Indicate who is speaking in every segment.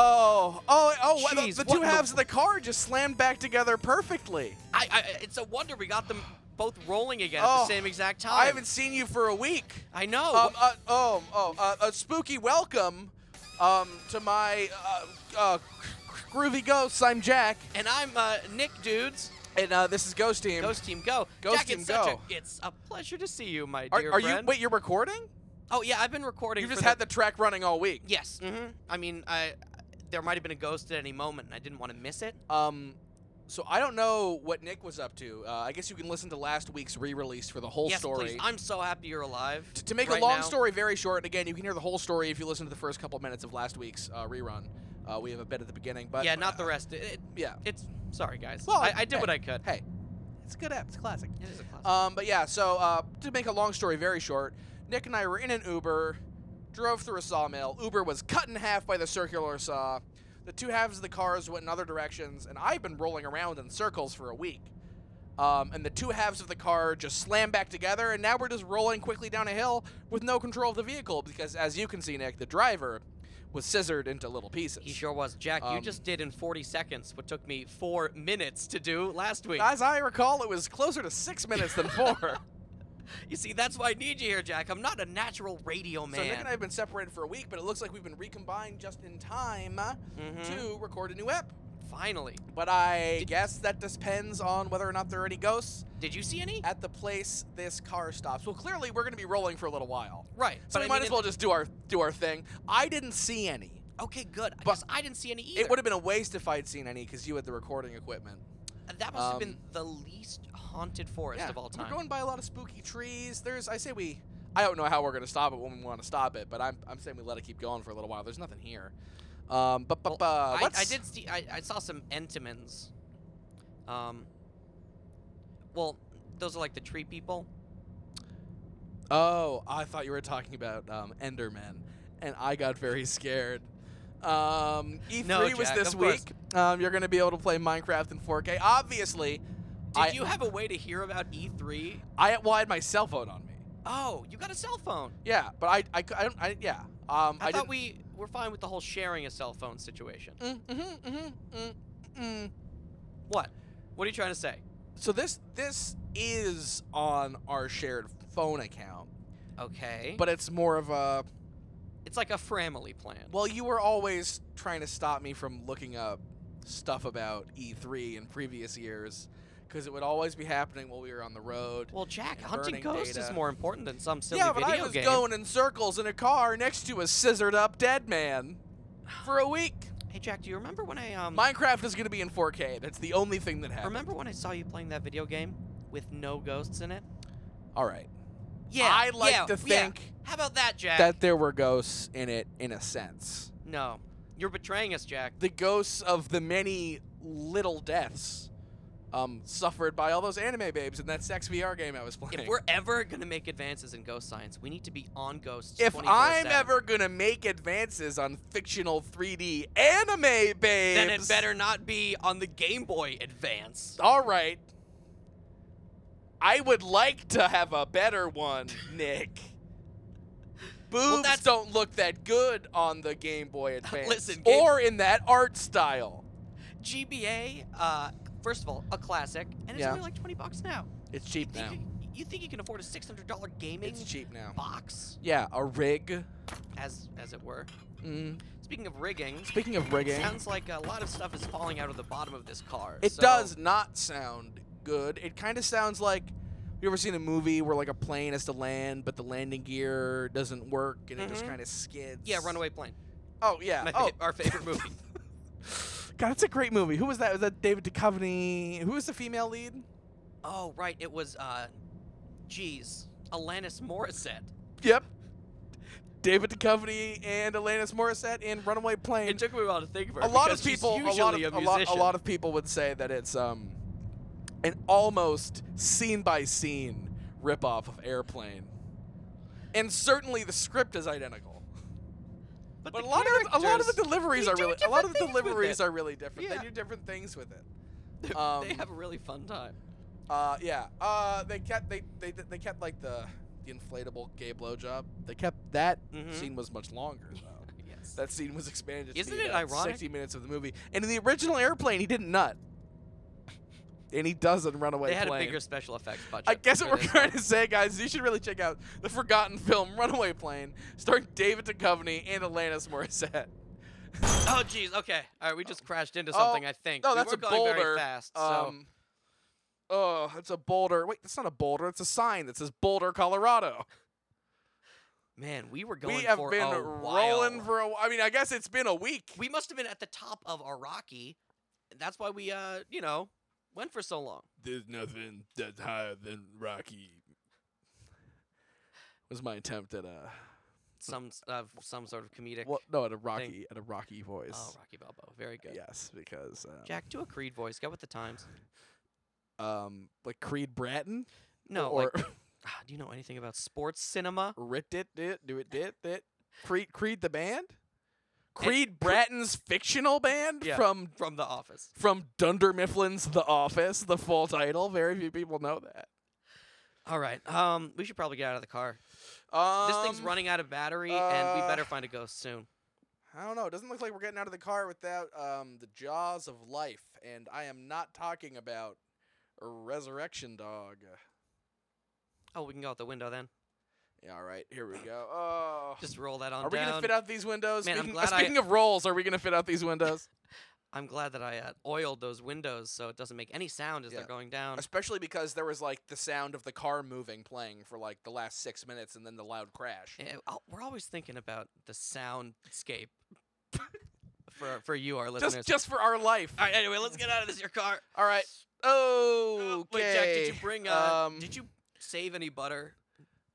Speaker 1: Oh,
Speaker 2: Oh,
Speaker 1: Jeez,
Speaker 2: the, the
Speaker 1: what
Speaker 2: two
Speaker 1: in
Speaker 2: halves
Speaker 1: the-
Speaker 2: of the car just slammed back together perfectly.
Speaker 1: I, I, it's a wonder we got them both rolling again at
Speaker 2: Oh,
Speaker 1: the same exact time.
Speaker 2: I haven't seen you for a week.
Speaker 1: I know.
Speaker 2: Um, uh, oh, oh, uh, a spooky welcome um, to my uh, uh, groovy ghosts. I'm Jack,
Speaker 1: and I'm uh, Nick, dudes.
Speaker 2: and uh, this is Ghost Team.
Speaker 1: Ghost Team Go.
Speaker 2: Ghost
Speaker 1: Jack,
Speaker 2: Team
Speaker 1: it's such
Speaker 2: Go.
Speaker 1: A, it's a pleasure to see you, my
Speaker 2: are
Speaker 1: dear
Speaker 2: are you?
Speaker 1: friend.
Speaker 2: Wait, you're recording?
Speaker 1: Oh yeah, I've been recording.
Speaker 2: You
Speaker 1: for
Speaker 2: just had the track running all week.
Speaker 1: Yes. Mm-hmm. I mean, I there might have been a ghost at any moment, and I didn't want to miss it.
Speaker 2: Um, so I don't know what Nick was up to. Uh, I guess you can listen to last week's re-release for the whole
Speaker 1: yes,
Speaker 2: story.
Speaker 1: please. I'm so happy you're alive.
Speaker 2: T- to make
Speaker 1: right
Speaker 2: a long
Speaker 1: now.
Speaker 2: story very short, again, you can hear the whole story if you listen to the first couple minutes of last week's uh, rerun. Uh, we have a bit at the beginning, but
Speaker 1: yeah, not the rest. It, it-
Speaker 2: yeah.
Speaker 1: it's sorry, guys.
Speaker 2: Well,
Speaker 1: I, I did
Speaker 2: hey,
Speaker 1: what I could.
Speaker 2: Hey, it's a good app. It's a classic.
Speaker 1: It is a classic.
Speaker 2: Um, but yeah, so uh, to make a long story very short, Nick and I were in an Uber, drove through a sawmill. Uber was cut in half by the circular saw. The two halves of the cars went in other directions, and I've been rolling around in circles for a week. Um, and the two halves of the car just slammed back together, and now we're just rolling quickly down a hill with no control of the vehicle because, as you can see, Nick, the driver was scissored into little pieces.
Speaker 1: He sure was. Jack, you
Speaker 2: Um,
Speaker 1: just did in 40 seconds what took me four minutes to do last week.
Speaker 2: As I recall, it was closer to six minutes than four.
Speaker 1: you see, that's why I need you here, Jack. I'm not a natural radio Oh, man.
Speaker 2: So Nick and I have been separated for a week, but it looks like we've been recombined just in time uh,
Speaker 1: Mhm.
Speaker 2: to record a new ep.
Speaker 1: Finally.
Speaker 2: But I
Speaker 1: Did-
Speaker 2: guess that depends on whether or not there are any ghosts
Speaker 1: Did you see any?
Speaker 2: at the place this car stops. Well, clearly we're going to be rolling for a little while,
Speaker 1: right. but
Speaker 2: so we
Speaker 1: I
Speaker 2: might
Speaker 1: mean,
Speaker 2: as well just do our do our thing. I didn't see any.
Speaker 1: it- Okay, good.
Speaker 2: but-
Speaker 1: Because I didn't see any either.
Speaker 2: It would have been a waste if I'd seen any because you had the recording equipment.
Speaker 1: that must have been
Speaker 2: um,
Speaker 1: the least haunted forest
Speaker 2: yeah,
Speaker 1: of all time.
Speaker 2: we're going by a lot of spooky trees. There's, I say we. I don't know how we're going to stop it when we want to stop it, but I'm, I'm saying we let it keep going for a little while. There's nothing here. Um, but
Speaker 1: Well,
Speaker 2: but but
Speaker 1: I,
Speaker 2: let's-
Speaker 1: I did see. I, I saw some entomans. Um. Well, those are like the tree people.
Speaker 2: Oh, I thought you were talking about um, Enderman, and I got very scared. Um, E3 was
Speaker 1: Jack,
Speaker 2: this
Speaker 1: of course.
Speaker 2: week. Um, you're going to be able to play Minecraft in 4K. Obviously,
Speaker 1: Did
Speaker 2: I,
Speaker 1: you have a way to hear about E3?
Speaker 2: I, well, I had my cell phone on me.
Speaker 1: Oh, you got a cell phone.
Speaker 2: Yeah, but I, I, cou- I, don't, I yeah. Um,
Speaker 1: I,
Speaker 2: I
Speaker 1: thought we were fine with the whole sharing a cell phone situation.
Speaker 2: didn't. Mm, mhm, mhm, mm, mm.
Speaker 1: What? What are you trying to say?
Speaker 2: So this, this is on our shared phone account,
Speaker 1: Okay.
Speaker 2: but it's more of a.
Speaker 1: it's like a family plan.
Speaker 2: Well, you were always trying to stop me from looking up stuff about E3 in previous years because it would always be happening while we were on the road.
Speaker 1: Well, Jack,
Speaker 2: and
Speaker 1: hunting
Speaker 2: burning
Speaker 1: ghosts is
Speaker 2: data.
Speaker 1: more important than some silly
Speaker 2: yeah, but
Speaker 1: video
Speaker 2: I was
Speaker 1: game.
Speaker 2: going in circles in a car next to a scissored up dead man for a week.
Speaker 1: Hey, Jack, do you remember when I um
Speaker 2: Minecraft is going to be in 4K. That's the only thing that happened.
Speaker 1: remember when I saw you playing that video game with no ghosts in it?
Speaker 2: All right.
Speaker 1: Yeah.
Speaker 2: I like
Speaker 1: yeah,
Speaker 2: to
Speaker 1: yeah.
Speaker 2: think
Speaker 1: How about that, Jack?
Speaker 2: that there were ghosts in it in a sense.
Speaker 1: no, you're betraying us, Jack.
Speaker 2: The ghosts of the many little deaths um, suffered by all those anime babes in that sex VR game I was playing.
Speaker 1: If we're ever gonna make advances in ghost science, we need to be on ghosts.
Speaker 2: If
Speaker 1: 24/7.
Speaker 2: I'm ever gonna make advances on fictional 3D anime, babes,
Speaker 1: then it better not be on the Game Boy Advance.
Speaker 2: All right. I would like to have a better one, Nick. Boobs
Speaker 1: that's-
Speaker 2: don't look that good on the Game Boy Advance,
Speaker 1: Listen, Game-
Speaker 2: or in that art style.
Speaker 1: GBA, uh, first of all, a classic, and it's
Speaker 2: Yeah.
Speaker 1: only like twenty bucks now.
Speaker 2: It's cheap
Speaker 1: You,
Speaker 2: now.
Speaker 1: think- you think you can afford a six hundred dollar gaming
Speaker 2: It's cheap now.
Speaker 1: box,
Speaker 2: Yeah, a rig.
Speaker 1: as as it were?
Speaker 2: Mm.
Speaker 1: Speaking of rigging,
Speaker 2: Speaking of rigging,
Speaker 1: sounds like a lot of stuff is falling out of the bottom of this car.
Speaker 2: It
Speaker 1: so-
Speaker 2: does not sound good. It kind of sounds like you ever seen a movie where like a plane has to land, but the landing gear doesn't work and it just
Speaker 1: Mhm.
Speaker 2: kind of skids.
Speaker 1: Yeah, Runaway Plane.
Speaker 2: Oh yeah.
Speaker 1: My fa-
Speaker 2: Oh
Speaker 1: our favorite movie.
Speaker 2: God, it's a great movie. Who was that? Was that David Duchovny? Who was the female lead?
Speaker 1: Oh right, it was uh, geez, Alanis Morissette.
Speaker 2: Yep. David Duchovny and Alanis Morissette in Runaway Plane.
Speaker 1: It took me a while to think of her.
Speaker 2: a lot of
Speaker 1: because she's
Speaker 2: people, a lot of,
Speaker 1: usually
Speaker 2: a, lot, a lot of people would say that it's um, an almost scene by scene ripoff of Airplane, and certainly the script is identical.
Speaker 1: musician.
Speaker 2: But, a
Speaker 1: the
Speaker 2: lot of the, a lot of
Speaker 1: characters,
Speaker 2: the deliveries
Speaker 1: they
Speaker 2: are
Speaker 1: do
Speaker 2: really a lot of
Speaker 1: different
Speaker 2: the
Speaker 1: things with
Speaker 2: deliveries
Speaker 1: it.
Speaker 2: are really different.
Speaker 1: Yeah.
Speaker 2: They do different things with it.
Speaker 1: they-
Speaker 2: um,
Speaker 1: they have a really fun time.
Speaker 2: Uh, yeah. Uh, they kept they, they they kept like the the inflatable gay blowjob. They kept that
Speaker 1: Mhm.
Speaker 2: scene was much longer though.
Speaker 1: Yes.
Speaker 2: That scene was expanded. to
Speaker 1: Isn't
Speaker 2: need,
Speaker 1: it
Speaker 2: uh,
Speaker 1: ironic?
Speaker 2: 60 minutes of the movie. And in the original airplane, he didn't nut. And he doesn't run away.
Speaker 1: They had
Speaker 2: plane.
Speaker 1: a bigger special effects budget.
Speaker 2: I guess what
Speaker 1: for
Speaker 2: we're
Speaker 1: this
Speaker 2: trying
Speaker 1: one.
Speaker 2: to say, guys, you should really check out the forgotten film Runaway Plane, starring David Duchovny and Alanis Morissette.
Speaker 1: Oh, jeez. Okay. All right, we just crashed into something. I think.
Speaker 2: Oh, No,
Speaker 1: we
Speaker 2: that's
Speaker 1: were
Speaker 2: a
Speaker 1: going
Speaker 2: boulder.
Speaker 1: Very fast. So.
Speaker 2: Um, oh, that's a boulder. Wait, that's not a boulder. It's a sign that says Boulder, Colorado.
Speaker 1: Man, we were going
Speaker 2: we have
Speaker 1: for
Speaker 2: been
Speaker 1: a
Speaker 2: rolling
Speaker 1: while.
Speaker 2: for a. I mean, I guess it's been a week.
Speaker 1: we must have been at the top of our Rocky. That's why we, uh, you know, went for so long.
Speaker 2: There's nothing that's higher than Rocky. Was my attempt at a
Speaker 1: Some s- uh, some sort of comedic.
Speaker 2: well, no, at a Rocky, at a Rocky voice.
Speaker 1: Oh, Rocky Balboa. Very good.
Speaker 2: Yes, because um,
Speaker 1: Jack, do a Creed voice. Go with the times.
Speaker 2: um, like Creed Bratton.
Speaker 1: No,
Speaker 2: or
Speaker 1: like, ah, do you know anything about sports cinema?
Speaker 2: Rit Dit Dit Do It Dit Dit Creed Creed the band,
Speaker 1: Eh,
Speaker 2: Creed Bratton's fictional band
Speaker 1: Yeah.
Speaker 2: from
Speaker 1: From The Office.
Speaker 2: from Dunder Mifflin's The Office, the full title. Very few people know that.
Speaker 1: All right. Um, we should probably get out of the car.
Speaker 2: Um,
Speaker 1: This thing's running out of battery, and we
Speaker 2: uh,
Speaker 1: better find a ghost soon.
Speaker 2: I don't know. It doesn't look like we're getting out of the car without um, the jaws of life, and I am not talking about a resurrection dog.
Speaker 1: Oh, we can go out the window then.
Speaker 2: Yeah, all right, here we go. Oh,
Speaker 1: Just roll that on
Speaker 2: are we
Speaker 1: down.
Speaker 2: gonna fit out these windows?
Speaker 1: Man, I'm
Speaker 2: speaking, uh,
Speaker 1: glad I-
Speaker 2: speaking of rolls, are we gonna fit out these windows?
Speaker 1: I'm glad that I uh, oiled those windows so it doesn't make any sound as
Speaker 2: Yeah.
Speaker 1: they're going down.
Speaker 2: Especially because there was like the sound of the car moving playing for like the last six minutes, and then the loud crash.
Speaker 1: Eh, I'll- we're always thinking about the soundscape for for you, our listeners.
Speaker 2: Just, just for our life.
Speaker 1: All right, anyway, let's get out of this. Your car.
Speaker 2: All right. Oh,
Speaker 1: Oh, Wait, Jack, did you bring? Uh,
Speaker 2: um,
Speaker 1: did you save any butter?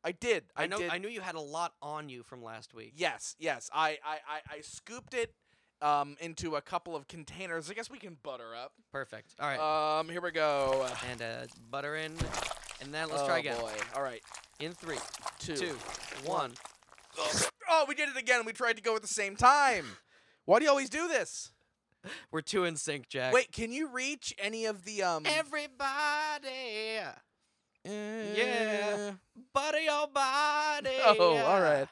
Speaker 2: I did. I,
Speaker 1: I know.
Speaker 2: Did.
Speaker 1: I knew you had a lot on you from last week.
Speaker 2: Yes, yes. I, I, I, I scooped it um, into a couple of containers. I guess we can butter up.
Speaker 1: Perfect. All right,
Speaker 2: Um, here we go.
Speaker 1: and uh, butter in, and then let's try
Speaker 2: Oh,
Speaker 1: again.
Speaker 2: Boy. All right.
Speaker 1: In three,
Speaker 2: Two.
Speaker 1: two,
Speaker 2: one.
Speaker 1: one.
Speaker 2: Oh, we did it again. We tried to go at the same time. Why do you always do this?
Speaker 1: We're two in sync, Jack.
Speaker 2: Wait, can you reach any of the um?
Speaker 1: everybody,
Speaker 2: eh,
Speaker 1: butter your body.
Speaker 2: Oh, all right.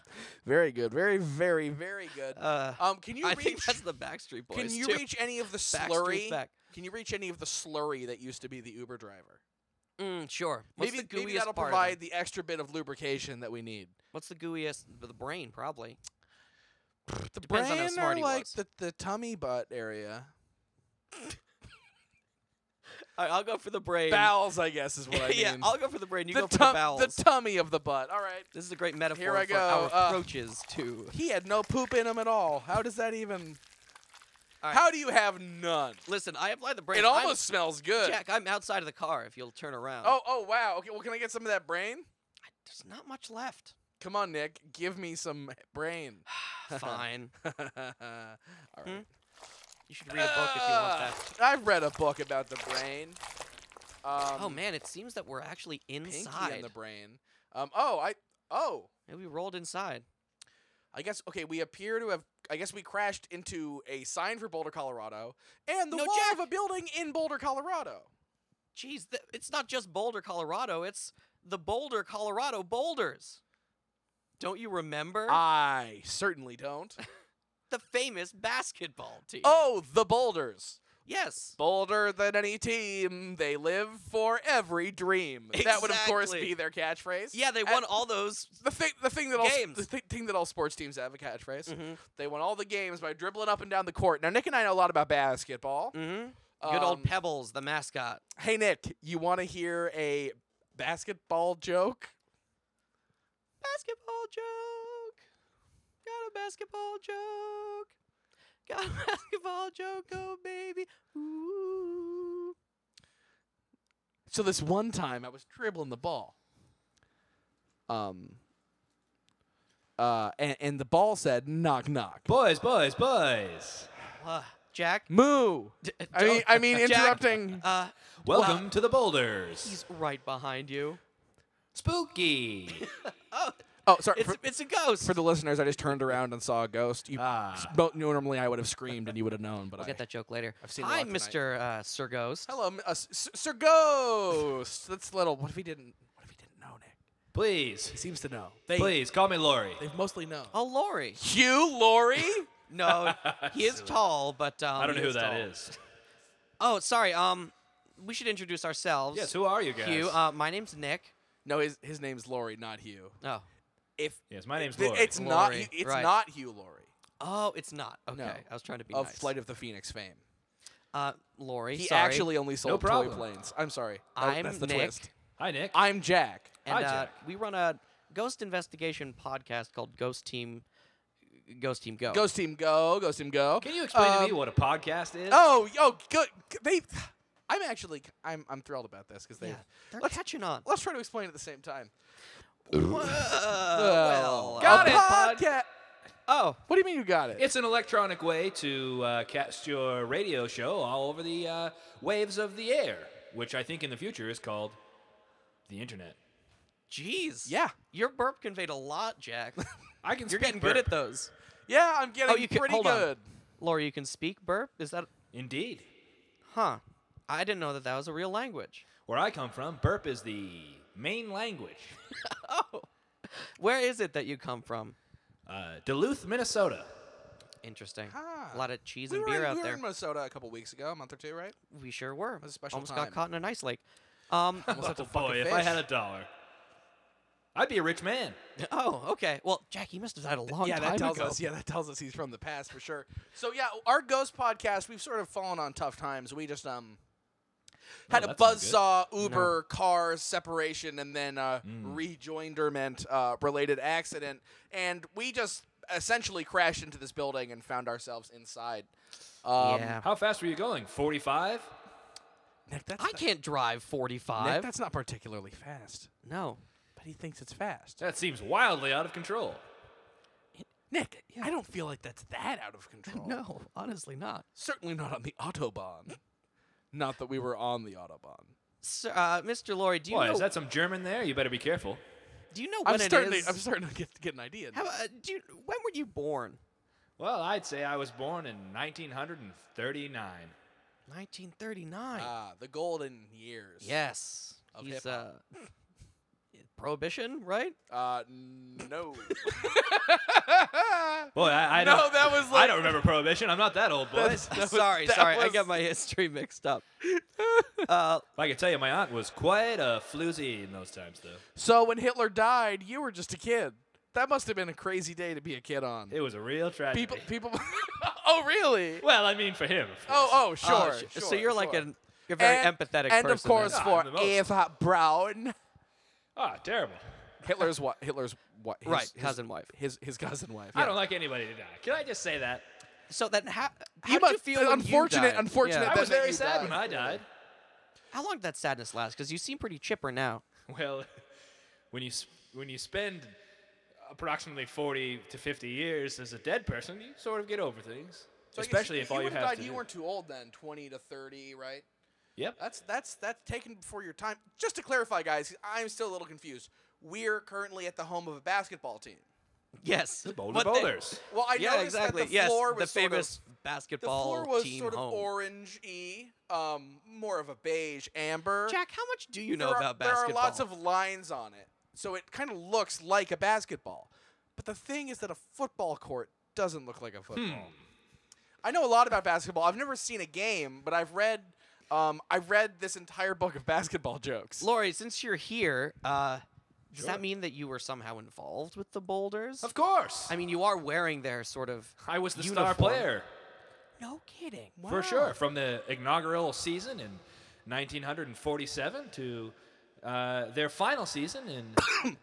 Speaker 2: Very good. Very, very, very good.
Speaker 1: Uh,
Speaker 2: Um, can you
Speaker 1: I
Speaker 2: reach?
Speaker 1: think that's the Backstreet Boys.
Speaker 2: can you
Speaker 1: too.
Speaker 2: reach any of the
Speaker 1: Backstreet
Speaker 2: slurry?
Speaker 1: Back.
Speaker 2: Can you reach any of the slurry that used to be the Uber driver?
Speaker 1: Mm, sure. What's
Speaker 2: Maybe,
Speaker 1: the gooeyest
Speaker 2: maybe that'll
Speaker 1: part of
Speaker 2: provide
Speaker 1: it?
Speaker 2: the extra bit of lubrication that we need.
Speaker 1: What's the gooeyest? The brain, probably.
Speaker 2: The
Speaker 1: Depends on how
Speaker 2: brain
Speaker 1: smart
Speaker 2: or
Speaker 1: he
Speaker 2: like
Speaker 1: was.
Speaker 2: the, the tummy butt area.
Speaker 1: All right, I'll go for the brain.
Speaker 2: Bowels, I guess, is what I mean.
Speaker 1: yeah, I'll go for the brain. You
Speaker 2: the,
Speaker 1: go for
Speaker 2: tum-
Speaker 1: the bowels.
Speaker 2: the tummy of the butt. All right.
Speaker 1: this is a great metaphor
Speaker 2: I
Speaker 1: for
Speaker 2: go,
Speaker 1: our
Speaker 2: uh,
Speaker 1: approaches to.
Speaker 2: He had no poop in him at all. How does that even?
Speaker 1: All right.
Speaker 2: How do you have none?
Speaker 1: Listen, I applied the brain.
Speaker 2: It
Speaker 1: I'm-
Speaker 2: almost smells good.
Speaker 1: Jack, I'm outside of the car. If you'll turn around.
Speaker 2: Oh, oh, wow. Okay, well, can I get some of that brain?
Speaker 1: there's not much left.
Speaker 2: Come on, Nick. Give me some brain.
Speaker 1: Fine.
Speaker 2: All
Speaker 1: Hmm?
Speaker 2: right.
Speaker 1: You should read a book if you want
Speaker 2: Ah,
Speaker 1: that.
Speaker 2: I've read a book about the brain. Um,
Speaker 1: oh man, it seems that we're actually
Speaker 2: Pinky
Speaker 1: inside.
Speaker 2: and the brain. Um, oh, I. Oh,
Speaker 1: Maybe we rolled inside.
Speaker 2: I guess. Okay, we appear to have. I guess we crashed into a sign for Boulder, Colorado, and the
Speaker 1: No,
Speaker 2: wall
Speaker 1: Jack.
Speaker 2: of a building in Boulder, Colorado.
Speaker 1: Jeez, th- it's not just Boulder, Colorado. It's the Boulder, Colorado boulders. Don't you remember
Speaker 2: I certainly don't.
Speaker 1: the famous basketball team?
Speaker 2: oh, the Boulders.
Speaker 1: yes.
Speaker 2: Bolder than any team, they live for every dream. That would, of course,
Speaker 1: Exactly.
Speaker 2: be their catchphrase.
Speaker 1: Yeah, they
Speaker 2: At-
Speaker 1: won all those.
Speaker 2: The thing, the thing that all
Speaker 1: Games.
Speaker 2: the thi- thing that all sports teams have a catchphrase.
Speaker 1: Mhm.
Speaker 2: They won all the games by dribbling up and down the court. Now Nick and I know a lot about basketball.
Speaker 1: Mhm. Good
Speaker 2: Um,
Speaker 1: old Pebbles, the mascot.
Speaker 2: Hey Nick, you want to hear a basketball joke?
Speaker 1: Basketball joke. Got a basketball joke. Got a basketball joke, oh baby. Ooh.
Speaker 2: So this one time I was dribbling the ball. Um. Uh, and, and the ball said knock knock.
Speaker 3: Boys, boys, boys.
Speaker 1: Uh, Jack.
Speaker 2: Moo.
Speaker 1: d-
Speaker 2: I mean,
Speaker 1: don't-
Speaker 2: I mean
Speaker 1: Jack,
Speaker 2: interrupting.
Speaker 1: Uh,
Speaker 3: Welcome to the
Speaker 1: he's
Speaker 3: boulders.
Speaker 1: right behind you.
Speaker 3: Spooky.
Speaker 1: Oh,
Speaker 2: Oh, sorry.
Speaker 1: it's
Speaker 2: For,
Speaker 1: it's a ghost.
Speaker 2: for the listeners, I just turned around and saw a ghost. You,
Speaker 3: Ah.
Speaker 2: both normally I would have screamed and you would have known, but
Speaker 1: I'll
Speaker 2: I
Speaker 1: get that joke later.
Speaker 2: I've seen it a
Speaker 1: Hi,
Speaker 2: lot tonight.
Speaker 1: Mr. Uh, Sir Ghost.
Speaker 2: Hello, m- uh, S- S- Sir Ghost. That's little. What if he didn't? What if he didn't know, Nick?
Speaker 3: Please.
Speaker 2: He seems to know. They,
Speaker 3: Please call me Lori.
Speaker 2: They've mostly known.
Speaker 1: Oh, Lori.
Speaker 2: Hugh Laurie?
Speaker 1: No, he is tall, but um,
Speaker 3: I don't know
Speaker 1: he
Speaker 3: who that
Speaker 1: tall.
Speaker 3: is.
Speaker 1: Oh, sorry. Um, we should introduce ourselves.
Speaker 3: Yes, who are you guys?
Speaker 1: Hugh. Uh, my name's Nick.
Speaker 2: no, his his name's Laurie, not Hugh.
Speaker 1: Oh.
Speaker 2: If
Speaker 3: yes, my name's
Speaker 2: th-
Speaker 3: Lori.
Speaker 2: it's not
Speaker 1: Laurie,
Speaker 2: Hugh- it's
Speaker 1: right.
Speaker 2: not Hugh Laurie
Speaker 1: Oh, it's not. Okay,
Speaker 2: No.
Speaker 1: I was trying to be
Speaker 2: of
Speaker 1: nice.
Speaker 2: Flight of the Phoenix fame.
Speaker 1: uh, Lori.
Speaker 2: He
Speaker 1: sorry.
Speaker 2: actually only sold toy
Speaker 3: problem.
Speaker 2: planes. I'm sorry. That-
Speaker 1: I'm
Speaker 2: that's the
Speaker 1: Nick.
Speaker 2: twist.
Speaker 3: Hi, Nick.
Speaker 2: I'm Jack.
Speaker 1: and
Speaker 3: Hi,
Speaker 1: uh,
Speaker 3: Jack.
Speaker 1: we run a ghost investigation podcast called Ghost Team. Ghost Team Go.
Speaker 2: Ghost Team Go, Ghost Team Go.
Speaker 3: Can you explain to me
Speaker 2: Um,
Speaker 3: what a podcast is?
Speaker 2: Oh, oh, good. They, I'm actually, I'm, I'm thrilled about this because they.
Speaker 1: Yeah, they're
Speaker 2: Let's-
Speaker 1: catching on.
Speaker 2: Let's try to explain at the same time.
Speaker 1: Uh,
Speaker 2: Uh,
Speaker 1: well,
Speaker 3: Got
Speaker 2: a
Speaker 3: it, bud.
Speaker 2: podca-
Speaker 1: Oh,
Speaker 2: What do you mean you got it?
Speaker 3: It's an electronic way to uh, cast your radio show all over the uh, waves of the air, which I think in the future is called the internet.
Speaker 1: jeez.
Speaker 2: Yeah.
Speaker 1: Your burp conveyed a lot, Jack.
Speaker 3: I can
Speaker 1: You're
Speaker 3: speak
Speaker 1: getting good
Speaker 3: burp.
Speaker 1: at those.
Speaker 2: yeah, I'm getting
Speaker 1: Oh, you can,
Speaker 2: pretty
Speaker 1: hold
Speaker 2: good.
Speaker 1: on. Laura, you can speak burp? Is that
Speaker 3: Indeed.
Speaker 1: Huh. I didn't know that that was a real language.
Speaker 3: Where I come from, burp is the main language.
Speaker 1: Where is it that you come from?
Speaker 3: Uh, Duluth, Minnesota.
Speaker 1: Interesting.
Speaker 2: Ah.
Speaker 1: a lot of cheese
Speaker 2: We
Speaker 1: and
Speaker 2: were,
Speaker 1: beer
Speaker 2: in,
Speaker 1: out
Speaker 2: we were
Speaker 1: there.
Speaker 2: in Minnesota a couple weeks ago, a month or two, right?
Speaker 1: we sure were.
Speaker 2: was a special
Speaker 1: Almost
Speaker 2: time.
Speaker 1: got caught in an ice lake. Um,
Speaker 2: Almost
Speaker 3: oh
Speaker 2: had to fuck a
Speaker 3: boy, if I
Speaker 2: fish.
Speaker 3: had a dollar, I'd be a rich man.
Speaker 1: oh, okay. Well, Jack, you must have died a long
Speaker 2: yeah,
Speaker 1: time
Speaker 2: that tells
Speaker 1: ago.
Speaker 2: us. Yeah, that tells us he's from the past for sure. So yeah, our ghost podcast, we've sort of fallen on tough times. We just um had a
Speaker 3: Oh, that sounds good.
Speaker 2: buzzsaw, Uber, cars, separation, and then uh,
Speaker 3: Mm.
Speaker 2: rejoinderment uh, related accident, and we just essentially crashed into this building and found ourselves inside. Um,
Speaker 1: Yeah.
Speaker 3: How fast were you going? 45?
Speaker 2: Nick, that's
Speaker 1: I
Speaker 2: not-
Speaker 1: can't drive
Speaker 2: Nick,
Speaker 1: 45.
Speaker 2: that's not particularly fast,
Speaker 1: no.
Speaker 2: but he thinks it's
Speaker 1: Uh,
Speaker 2: fast.
Speaker 3: That seems wildly out of control.
Speaker 2: Nick, I don't feel like that's that out of control.
Speaker 1: No, honestly not.
Speaker 2: certainly not on the autobahn. Not that we were on the autobahn.
Speaker 1: So, uh, Mr. Lori, do you
Speaker 3: Boy,
Speaker 1: know
Speaker 3: is that some German there? You better be careful.
Speaker 1: do you know
Speaker 2: I'm
Speaker 1: when it
Speaker 2: starting,
Speaker 1: is?
Speaker 2: to, I'm starting to get, get an idea.
Speaker 1: How, uh, do you, when were you born?
Speaker 3: Well, I'd say I was born in 1939.
Speaker 1: 1939.
Speaker 2: Ah, the golden years.
Speaker 1: yes.
Speaker 2: of
Speaker 1: He's uh,
Speaker 2: hip-hop.
Speaker 1: prohibition, right?
Speaker 2: Uh, no.
Speaker 3: Boy, I, I
Speaker 2: No,
Speaker 3: don't,
Speaker 2: that was
Speaker 3: I
Speaker 2: like-
Speaker 3: don't remember Prohibition. I'm not that old, boy.
Speaker 2: That's-
Speaker 3: if
Speaker 2: that was-
Speaker 1: sorry,
Speaker 2: that
Speaker 1: sorry. I
Speaker 2: was-
Speaker 1: got my history mixed up. Uh,
Speaker 3: I could tell you, my aunt was quite a floozy in those times, though.
Speaker 2: So when Hitler died, you were just a kid. That must have been a crazy day to be a kid on.
Speaker 3: It was a real tragedy.
Speaker 2: People, people. oh, really?
Speaker 3: well, I mean, for him. of
Speaker 2: Oh,
Speaker 3: course.
Speaker 2: oh, sure.
Speaker 1: uh, sh- so
Speaker 2: sure,
Speaker 1: you're like
Speaker 2: sure.
Speaker 1: an, you're very
Speaker 2: and,
Speaker 1: empathetic
Speaker 2: and
Speaker 1: person.
Speaker 2: of course
Speaker 1: then.
Speaker 3: Yeah,
Speaker 2: for
Speaker 3: I'm the most.
Speaker 2: Eva Braun,
Speaker 3: Ah, terrible.
Speaker 2: Hitler's what? Hitler's what? His,
Speaker 1: Right,
Speaker 2: his-
Speaker 1: cousin wife.
Speaker 2: His his cousin wife.
Speaker 3: I don't like anybody to die. Can I just say that?
Speaker 1: so then, how, how
Speaker 2: You
Speaker 1: did you
Speaker 2: must-
Speaker 1: feel? when you
Speaker 2: unfortunate-
Speaker 1: died?
Speaker 2: unfortunate
Speaker 1: Yeah.
Speaker 2: that-
Speaker 3: I was
Speaker 2: that
Speaker 3: very
Speaker 2: you
Speaker 3: sad
Speaker 2: died.
Speaker 3: when I died.
Speaker 1: How long did that sadness last? Because you seem pretty chipper now.
Speaker 3: Well, when you s- when you spend approximately 40 to 50 years as a dead person, you sort of get over things.
Speaker 2: So I guess
Speaker 3: Especially
Speaker 2: you-
Speaker 3: if all you
Speaker 2: would've
Speaker 3: have
Speaker 2: died,
Speaker 3: to
Speaker 2: you
Speaker 3: do.
Speaker 2: weren't too old then, twenty to thirty, right?
Speaker 3: Yep.
Speaker 2: That's that's that's taken before your time. Just to clarify, guys, I'm still a little confused. We're currently at the home of a basketball team.
Speaker 1: Yes,
Speaker 3: Boulder
Speaker 1: but they-
Speaker 3: Boulders.
Speaker 2: Well, I
Speaker 1: yeah,
Speaker 2: noticed
Speaker 1: exactly.
Speaker 2: that the
Speaker 1: yes,
Speaker 2: floor
Speaker 1: the
Speaker 2: was sort of-
Speaker 1: famous
Speaker 2: the
Speaker 1: basketball
Speaker 2: floor was
Speaker 1: team
Speaker 2: sort of
Speaker 1: home.
Speaker 2: orange-y, um, more of a beige amber.
Speaker 1: Jack, how much do you
Speaker 2: there
Speaker 1: know
Speaker 2: are,
Speaker 1: about
Speaker 2: there
Speaker 1: basketball?
Speaker 2: are lots of lines on it, so it kind of looks like a basketball. But the thing is that a football court doesn't look
Speaker 3: Hmm.
Speaker 2: like a football. I know a lot about basketball. I've never seen a game, but I've read. Um, I read this entire book of basketball jokes.
Speaker 1: Lori, since you're here, uh, does
Speaker 3: Sure.
Speaker 1: that mean that you were somehow involved with the boulders?
Speaker 3: Of course.
Speaker 1: I mean, you are wearing their sort of.
Speaker 3: I was the
Speaker 1: uniform.
Speaker 3: star player
Speaker 1: No kidding.
Speaker 2: Wow.
Speaker 3: for sure from the inaugural season in 1947 to uh, their final season in.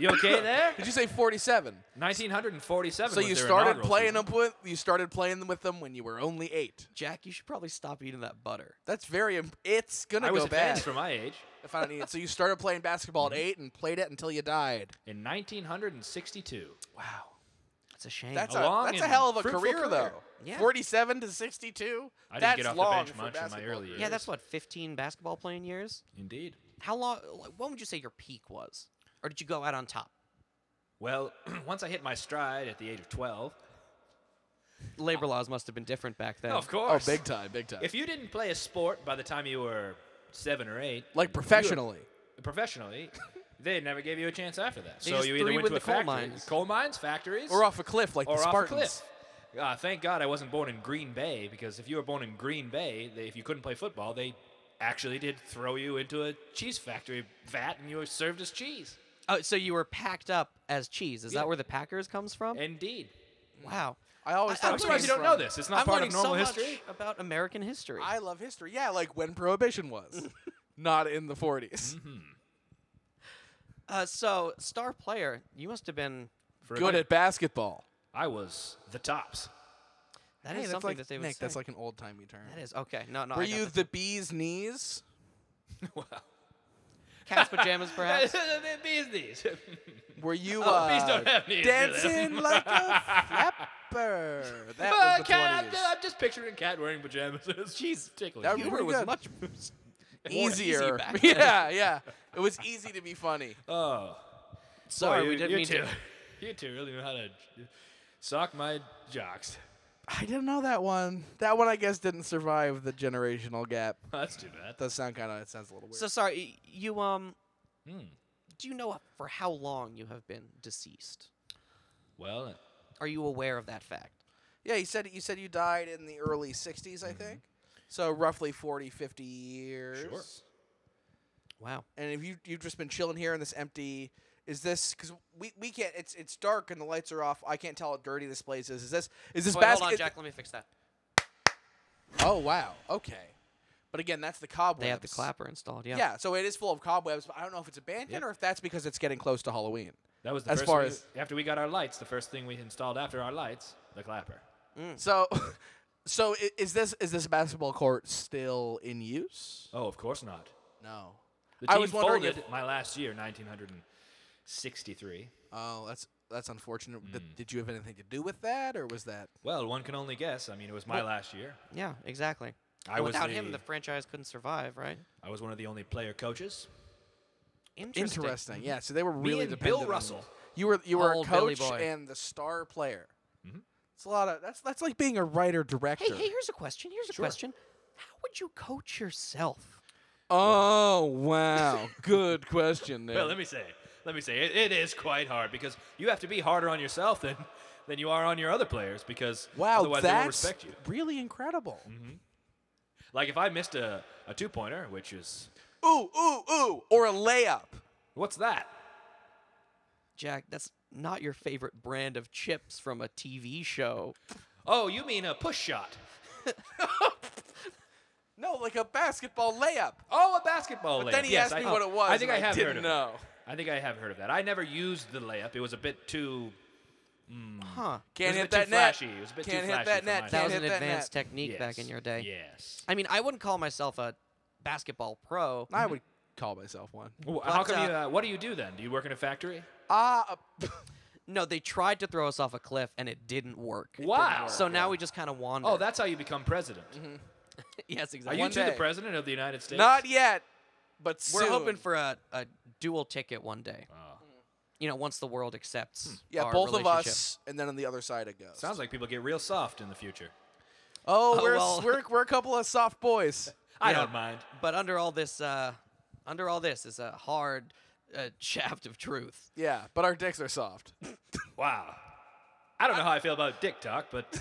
Speaker 3: you okay there?
Speaker 2: Did you say 47?
Speaker 3: 1947.
Speaker 2: So
Speaker 3: was
Speaker 2: you
Speaker 3: their
Speaker 2: started
Speaker 3: inaugural
Speaker 2: playing
Speaker 3: season.
Speaker 2: them with you started playing them with them when you were only eight.
Speaker 1: Jack, you should probably stop eating that butter.
Speaker 2: That's very. Imp- it's gonna
Speaker 3: I
Speaker 2: go
Speaker 3: was
Speaker 2: bad
Speaker 3: advanced for my age
Speaker 2: if I don't eat it. So you started playing basketball
Speaker 3: Mm-hmm.
Speaker 2: at eight and played it until you died.
Speaker 3: in 1962.
Speaker 2: Wow,
Speaker 1: That's a shame.
Speaker 2: that's
Speaker 3: A Oh,
Speaker 2: a,
Speaker 3: long
Speaker 2: that's a
Speaker 3: and
Speaker 2: hell of a
Speaker 3: fruitful
Speaker 2: career,
Speaker 3: career.
Speaker 2: though.
Speaker 1: Yeah.
Speaker 2: 47 to 62.
Speaker 3: I
Speaker 2: that's
Speaker 3: didn't get off the
Speaker 2: long
Speaker 3: bench
Speaker 2: for
Speaker 3: much in my
Speaker 2: basketball.
Speaker 3: early years.
Speaker 1: yeah, that's what 15 basketball playing years.
Speaker 3: Indeed.
Speaker 1: How long? like, When would you say your peak was, or did you go out on top?
Speaker 3: Well, once I hit my stride at the age of 12.
Speaker 1: Labor laws must have been different back then.
Speaker 3: Uh, of
Speaker 2: Oh,
Speaker 3: course.
Speaker 2: big time, big time.
Speaker 3: If you didn't play a sport by the time you were seven or eight,
Speaker 2: like
Speaker 3: you were-
Speaker 2: professionally.
Speaker 3: professionally, They never gave you a chance after that.
Speaker 1: They
Speaker 3: so
Speaker 1: just
Speaker 3: you either
Speaker 1: threw you
Speaker 3: went
Speaker 1: in
Speaker 3: to a
Speaker 1: the coal
Speaker 3: factory,
Speaker 1: mines.
Speaker 3: coal mines, factories,
Speaker 2: Or off a cliff like
Speaker 3: or
Speaker 2: the
Speaker 3: off a
Speaker 2: Spartans.
Speaker 3: cliff. Uh, thank God I wasn't born in Green Bay because if you were born in Green Bay, they, if you couldn't play football, they actually did throw you into a cheese factory vat and you were served as cheese.
Speaker 1: Oh, so you were packed up as cheese. Is
Speaker 3: Yeah.
Speaker 1: that where the Packers comes from?
Speaker 3: Indeed.
Speaker 1: wow.
Speaker 2: I always
Speaker 1: I-
Speaker 2: thought
Speaker 1: I'm
Speaker 2: it
Speaker 1: surprised
Speaker 2: came
Speaker 1: you
Speaker 3: don't know
Speaker 2: from-
Speaker 3: this. It's not
Speaker 2: I'm
Speaker 3: part of
Speaker 2: learning so
Speaker 3: normal
Speaker 2: much.
Speaker 3: history.
Speaker 1: About American history.
Speaker 2: I love history. Yeah, like when Prohibition was. Not in the 40s.
Speaker 3: Mm-hmm.
Speaker 1: uh, so, star player, you must have been.
Speaker 3: For a
Speaker 2: Good
Speaker 3: minute,
Speaker 2: at basketball.
Speaker 3: I was the tops.
Speaker 1: That is
Speaker 2: Hey, that's
Speaker 1: something
Speaker 2: like,
Speaker 1: that they would
Speaker 2: Nick,
Speaker 1: say.
Speaker 2: that's like an old timey term.
Speaker 1: that is okay. No, no.
Speaker 2: Were
Speaker 1: I got
Speaker 2: you
Speaker 1: that.
Speaker 2: the bee's knees?
Speaker 3: wow.
Speaker 1: cat's pajamas, perhaps?
Speaker 3: Bees knees.
Speaker 2: Were you
Speaker 3: Oh, bees
Speaker 2: uh,
Speaker 3: don't have knees, do they?
Speaker 2: dancing like a flapper? That was
Speaker 3: Uh,
Speaker 2: the
Speaker 3: cat,
Speaker 2: 20s.
Speaker 3: I'm, I'm just picturing a cat wearing pajamas. Jeez, tickling. Oh,
Speaker 2: That
Speaker 1: Humor
Speaker 2: pretty
Speaker 1: was
Speaker 2: good.
Speaker 1: much more easy
Speaker 2: Easier.
Speaker 1: back then.
Speaker 2: yeah, yeah. It was easy to be funny.
Speaker 3: Oh,
Speaker 1: Sorry,
Speaker 3: boy,
Speaker 1: we
Speaker 3: you-
Speaker 1: didn't
Speaker 3: you
Speaker 1: mean
Speaker 3: two,
Speaker 1: to.
Speaker 3: You two really know how to j- sock my jocks.
Speaker 2: I didn't know that one. That one, I guess, didn't survive the generational gap.
Speaker 3: That's too bad.
Speaker 2: Does sound kind of. It sounds a little weird.
Speaker 1: So sorry. y- You um.
Speaker 3: Hmm.
Speaker 1: Do you know for how long you have been deceased?
Speaker 3: Well,
Speaker 1: Are you aware of that fact?
Speaker 2: yeah, you said you said you died in the early '60s, I think. So roughly 40, 50 years.
Speaker 3: Sure.
Speaker 1: Wow.
Speaker 2: And if you you've just been chilling here in this empty, is this because we, we can't? It's it's dark and the lights are off. I can't tell how dirty this place is. Is this is this
Speaker 1: Wait, hold
Speaker 2: basket?
Speaker 1: on, Jack. Let me fix that.
Speaker 2: Oh wow. Okay. But again, that's the cobwebs.
Speaker 1: They have the clapper installed. Yeah.
Speaker 2: Yeah, so it is full of cobwebs, but I don't know if it's abandoned
Speaker 3: Yep.
Speaker 2: or if that's because it's getting close to Halloween.
Speaker 3: that was the
Speaker 2: As
Speaker 3: first
Speaker 2: far
Speaker 3: we-
Speaker 2: as-
Speaker 3: after we got our lights. The first thing we installed after our lights, the clapper.
Speaker 2: So, so i- is this is this basketball court still in use?
Speaker 3: Oh, of course not.
Speaker 2: No.
Speaker 3: The
Speaker 2: I
Speaker 3: team
Speaker 2: was wondering
Speaker 3: folded
Speaker 2: if-
Speaker 3: my last year, 1963.
Speaker 2: Oh, that's that's unfortunate. Did, did you have anything to do with that, or was that?
Speaker 3: Well, one can only guess. I mean, it was my last year.
Speaker 1: Yeah. Exactly.
Speaker 3: I
Speaker 1: And
Speaker 3: was
Speaker 1: without him,
Speaker 3: the-
Speaker 1: the franchise couldn't survive, right?
Speaker 3: I was one of the only player coaches.
Speaker 1: Interesting.
Speaker 2: Interesting. Yeah. So they were really
Speaker 3: and
Speaker 2: dependent
Speaker 3: Bill
Speaker 2: on-
Speaker 3: Russell.
Speaker 2: You were you were a
Speaker 1: Old Billy
Speaker 2: coach
Speaker 1: boy.
Speaker 2: and the star player. It's a lot of that's that's like being a writer director.
Speaker 1: Hey, hey. Here's a question. Here's a question. How would you coach yourself?
Speaker 2: Oh wow, good question. Nick.
Speaker 3: Well, let me say, let me say, it, it is quite hard because you have to be harder on yourself than than you are on your other players because
Speaker 2: wow,
Speaker 3: otherwise they won't
Speaker 2: that's
Speaker 3: respect you.
Speaker 2: really incredible.
Speaker 3: Like if I missed a, a two pointer, which is
Speaker 2: Ooh ooh ooh, or a layup.
Speaker 3: what's that?
Speaker 1: Jack, that's not your favorite brand of chips from a TV show.
Speaker 3: Oh, you mean a push shot?
Speaker 2: No, like a basketball layup.
Speaker 3: Oh, a basketball layup.
Speaker 2: Then he
Speaker 3: yes,
Speaker 2: asked
Speaker 3: I, oh,
Speaker 2: me what it was.
Speaker 3: I think
Speaker 2: and
Speaker 3: I have
Speaker 2: didn't
Speaker 3: heard of it.
Speaker 2: know.
Speaker 3: I think I have heard of that. I never used the layup. It was a bit too.
Speaker 1: Huh.
Speaker 2: Can't
Speaker 3: It was a
Speaker 2: hit
Speaker 3: bit too
Speaker 2: that net.
Speaker 3: flashy. It was a bit too
Speaker 2: Can't hit
Speaker 3: flashy
Speaker 2: that
Speaker 3: for
Speaker 2: net.
Speaker 3: my
Speaker 1: That
Speaker 2: Can't
Speaker 1: was
Speaker 2: hit
Speaker 1: an
Speaker 2: that
Speaker 1: advanced
Speaker 2: net.
Speaker 1: technique back in
Speaker 3: Yes,
Speaker 1: your day.
Speaker 3: Yes.
Speaker 1: I mean, I wouldn't call myself a basketball pro.
Speaker 2: I would call myself one.
Speaker 3: Well, How
Speaker 1: But,
Speaker 3: come you?
Speaker 1: uh,
Speaker 3: Uh, what do you do then? Do you work in a factory?
Speaker 2: Ah, uh,
Speaker 1: No, they tried to throw us off a cliff and it didn't work.
Speaker 3: Wow.
Speaker 1: So now we just kind of wander.
Speaker 3: Oh, that's how you become president.
Speaker 1: yes,
Speaker 3: Are
Speaker 1: exactly.
Speaker 3: you
Speaker 2: Mm-hmm. One
Speaker 3: two the
Speaker 2: day.
Speaker 3: president of the United States?
Speaker 2: not yet, but
Speaker 1: We're
Speaker 2: soon.
Speaker 1: hoping for a, a dual ticket one day.
Speaker 3: Oh.
Speaker 1: You know, once the world
Speaker 3: Hmm.
Speaker 1: accepts.
Speaker 2: Yeah,
Speaker 1: our
Speaker 2: both of
Speaker 1: relationship.
Speaker 2: us, and then on the other side it goes.
Speaker 3: Sounds like people get real soft in the future.
Speaker 2: oh,
Speaker 1: Oh,
Speaker 2: we're,
Speaker 1: well.
Speaker 2: we're we're a couple of soft boys.
Speaker 3: I
Speaker 1: Yeah.
Speaker 3: don't mind.
Speaker 1: But under all this, uh, under all this is a hard uh, shaft of truth.
Speaker 2: Yeah, but our dicks are soft.
Speaker 3: Wow. I don't know how I feel about dick talk, but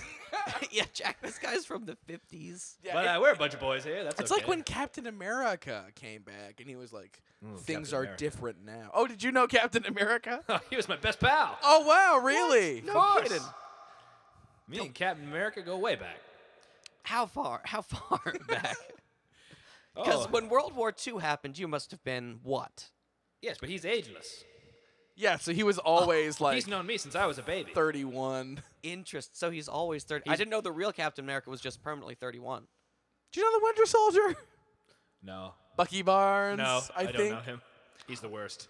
Speaker 1: yeah, Jack, this guy's from the 50s.
Speaker 2: Yeah,
Speaker 3: but
Speaker 2: it-
Speaker 3: uh, we're a bunch of boys here. That's
Speaker 2: it's
Speaker 3: okay.
Speaker 2: like when Captain America came back, and he was like, "Things
Speaker 3: Mm, Captain
Speaker 2: are
Speaker 3: America.
Speaker 2: different now." Oh, did you know Captain America?
Speaker 3: he was my best pal.
Speaker 2: oh wow, really?
Speaker 3: Of course. Me and Captain America go way back.
Speaker 1: How far? How far back? Because
Speaker 3: Oh,
Speaker 1: when World War II happened, you must have been what?
Speaker 3: yes, but he's ageless.
Speaker 2: Yeah, so he was always like
Speaker 3: Oh, he's known me since I was a baby.
Speaker 2: 31.
Speaker 1: Interest. So he's always 30. I didn't know the real Captain America was just permanently 31.
Speaker 2: Do you know the Winter Soldier?
Speaker 3: No,
Speaker 2: Bucky Barnes.
Speaker 3: no,
Speaker 2: I,
Speaker 3: I, don't
Speaker 2: think.
Speaker 3: know him. He's the worst.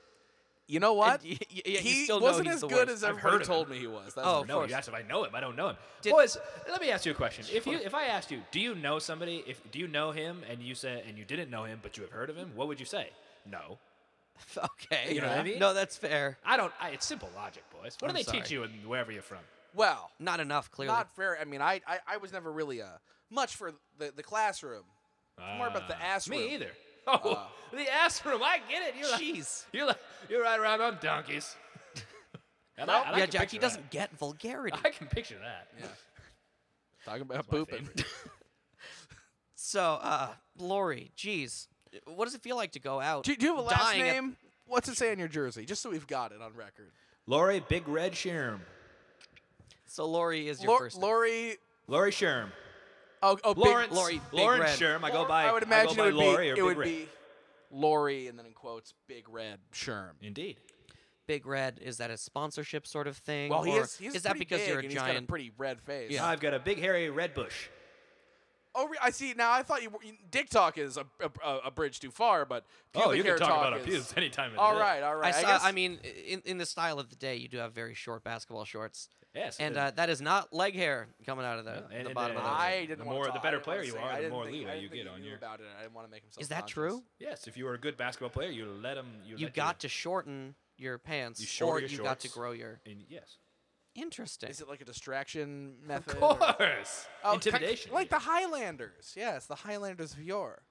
Speaker 2: You know what?
Speaker 1: And y- y- yeah, you
Speaker 2: he
Speaker 1: still know
Speaker 2: wasn't
Speaker 1: he's
Speaker 2: as
Speaker 1: the
Speaker 2: good
Speaker 1: worst.
Speaker 2: as
Speaker 3: I've
Speaker 2: everybody
Speaker 3: heard of him.
Speaker 2: told me he was. That's
Speaker 1: Oh,
Speaker 2: for
Speaker 1: Of
Speaker 3: No,
Speaker 1: course.
Speaker 3: you asked if I know him. I don't know him.
Speaker 1: Did-
Speaker 3: Boys, let me ask you a question. If you, if I asked you, do you know somebody? If do you know him, and you said, and you didn't know him, but you have heard of him, what would you say? No,
Speaker 1: okay.
Speaker 3: You know what I mean?
Speaker 1: No, that's fair.
Speaker 3: I don't. I, it's simple logic, boys. What
Speaker 1: I'm
Speaker 3: do they teach
Speaker 1: sorry.
Speaker 3: you in wherever you're from?
Speaker 2: Well,
Speaker 1: Not enough, clearly.
Speaker 2: not fair. I mean, I, I, I was never really uh, much for the, the classroom. It's more about the
Speaker 3: Ah,
Speaker 2: ass
Speaker 3: Me
Speaker 2: room.
Speaker 3: either. Oh, the ass room. I get it. You're like,
Speaker 1: Jeez.
Speaker 3: you're like, you ride around on donkeys. And I- and I
Speaker 1: yeah,
Speaker 3: can
Speaker 1: Jack,
Speaker 3: picture
Speaker 1: he
Speaker 3: that.
Speaker 1: doesn't get vulgarity.
Speaker 3: I can picture that.
Speaker 2: Yeah. Talking about
Speaker 3: my
Speaker 2: pooping.
Speaker 3: favorite.
Speaker 1: So, uh, Lori, geez, what does it feel like to go out?
Speaker 2: do, you- do you have a last
Speaker 1: dying at-
Speaker 2: name? What's it say on your jersey? Just so we've got it on record.
Speaker 3: Lori Big Red Sherm.
Speaker 1: so Lori is your
Speaker 2: Lor-
Speaker 1: first. name.
Speaker 2: Lori.
Speaker 3: Lori Sherm.
Speaker 2: Oh, oh,
Speaker 3: Lawrence.
Speaker 2: Big,
Speaker 1: Lori Big
Speaker 3: Lawrence
Speaker 1: Red.
Speaker 3: Sherm. I go by.
Speaker 2: I would imagine
Speaker 3: go by
Speaker 2: it would
Speaker 3: Lori
Speaker 2: be.
Speaker 3: or
Speaker 2: it
Speaker 3: Big
Speaker 2: would
Speaker 3: Red.
Speaker 2: be Lori, and then in quotes, Big Red Sherm.
Speaker 3: Indeed.
Speaker 1: Big Red is that a sponsorship sort of thing?
Speaker 2: Well, he
Speaker 1: or
Speaker 2: is. He's
Speaker 1: is that
Speaker 2: pretty
Speaker 1: because
Speaker 2: big
Speaker 1: you're a
Speaker 2: and He's got a
Speaker 1: giant?
Speaker 2: pretty red face.
Speaker 1: Yeah.
Speaker 3: I've got a big hairy red bush.
Speaker 2: Oh, re- I see. Now I thought you, were- you- Dick talk is a, a, a- a bridge too far, but pubic
Speaker 3: oh, you
Speaker 2: hair
Speaker 3: can talk, about
Speaker 2: is,
Speaker 3: a pubes any time of the
Speaker 2: All
Speaker 3: day.
Speaker 2: right, all right.
Speaker 1: I, saw, I,
Speaker 2: guess,
Speaker 1: mean, i- in, in the style of the day, you do have very short basketball shorts,
Speaker 3: Yes.
Speaker 1: and
Speaker 3: the-
Speaker 1: uh, that is not leg hair coming out of the,
Speaker 3: No, and-
Speaker 1: the
Speaker 3: and
Speaker 1: bottom
Speaker 3: then-
Speaker 1: of those.
Speaker 2: I
Speaker 3: the
Speaker 2: didn't
Speaker 3: more-
Speaker 2: want
Speaker 3: the
Speaker 2: to talk.
Speaker 3: better
Speaker 2: I didn't
Speaker 3: player
Speaker 2: wanna
Speaker 3: you
Speaker 2: say-
Speaker 3: are,
Speaker 2: I
Speaker 3: the
Speaker 2: didn't
Speaker 3: more
Speaker 2: think-
Speaker 3: leeway
Speaker 2: I didn't
Speaker 3: you
Speaker 2: think
Speaker 3: get
Speaker 2: he
Speaker 3: on
Speaker 2: knew
Speaker 3: your-
Speaker 2: about it. I didn't want to make himself.
Speaker 1: Is that
Speaker 2: conscious.
Speaker 1: true?
Speaker 3: yes, if you were a good basketball player, you let them. You,
Speaker 1: You
Speaker 3: let
Speaker 1: got to
Speaker 3: your,
Speaker 1: shorten your pants,
Speaker 3: shorter
Speaker 1: or
Speaker 3: your
Speaker 1: you got to
Speaker 3: shorts.
Speaker 1: grow your.
Speaker 3: And yes.
Speaker 1: Interesting.
Speaker 2: Is it like a distraction method?
Speaker 3: Of
Speaker 2: or-
Speaker 3: course.
Speaker 2: Oh, kind-
Speaker 3: Intimidation.
Speaker 2: like the Highlanders. Yes, the Highlanders of yore.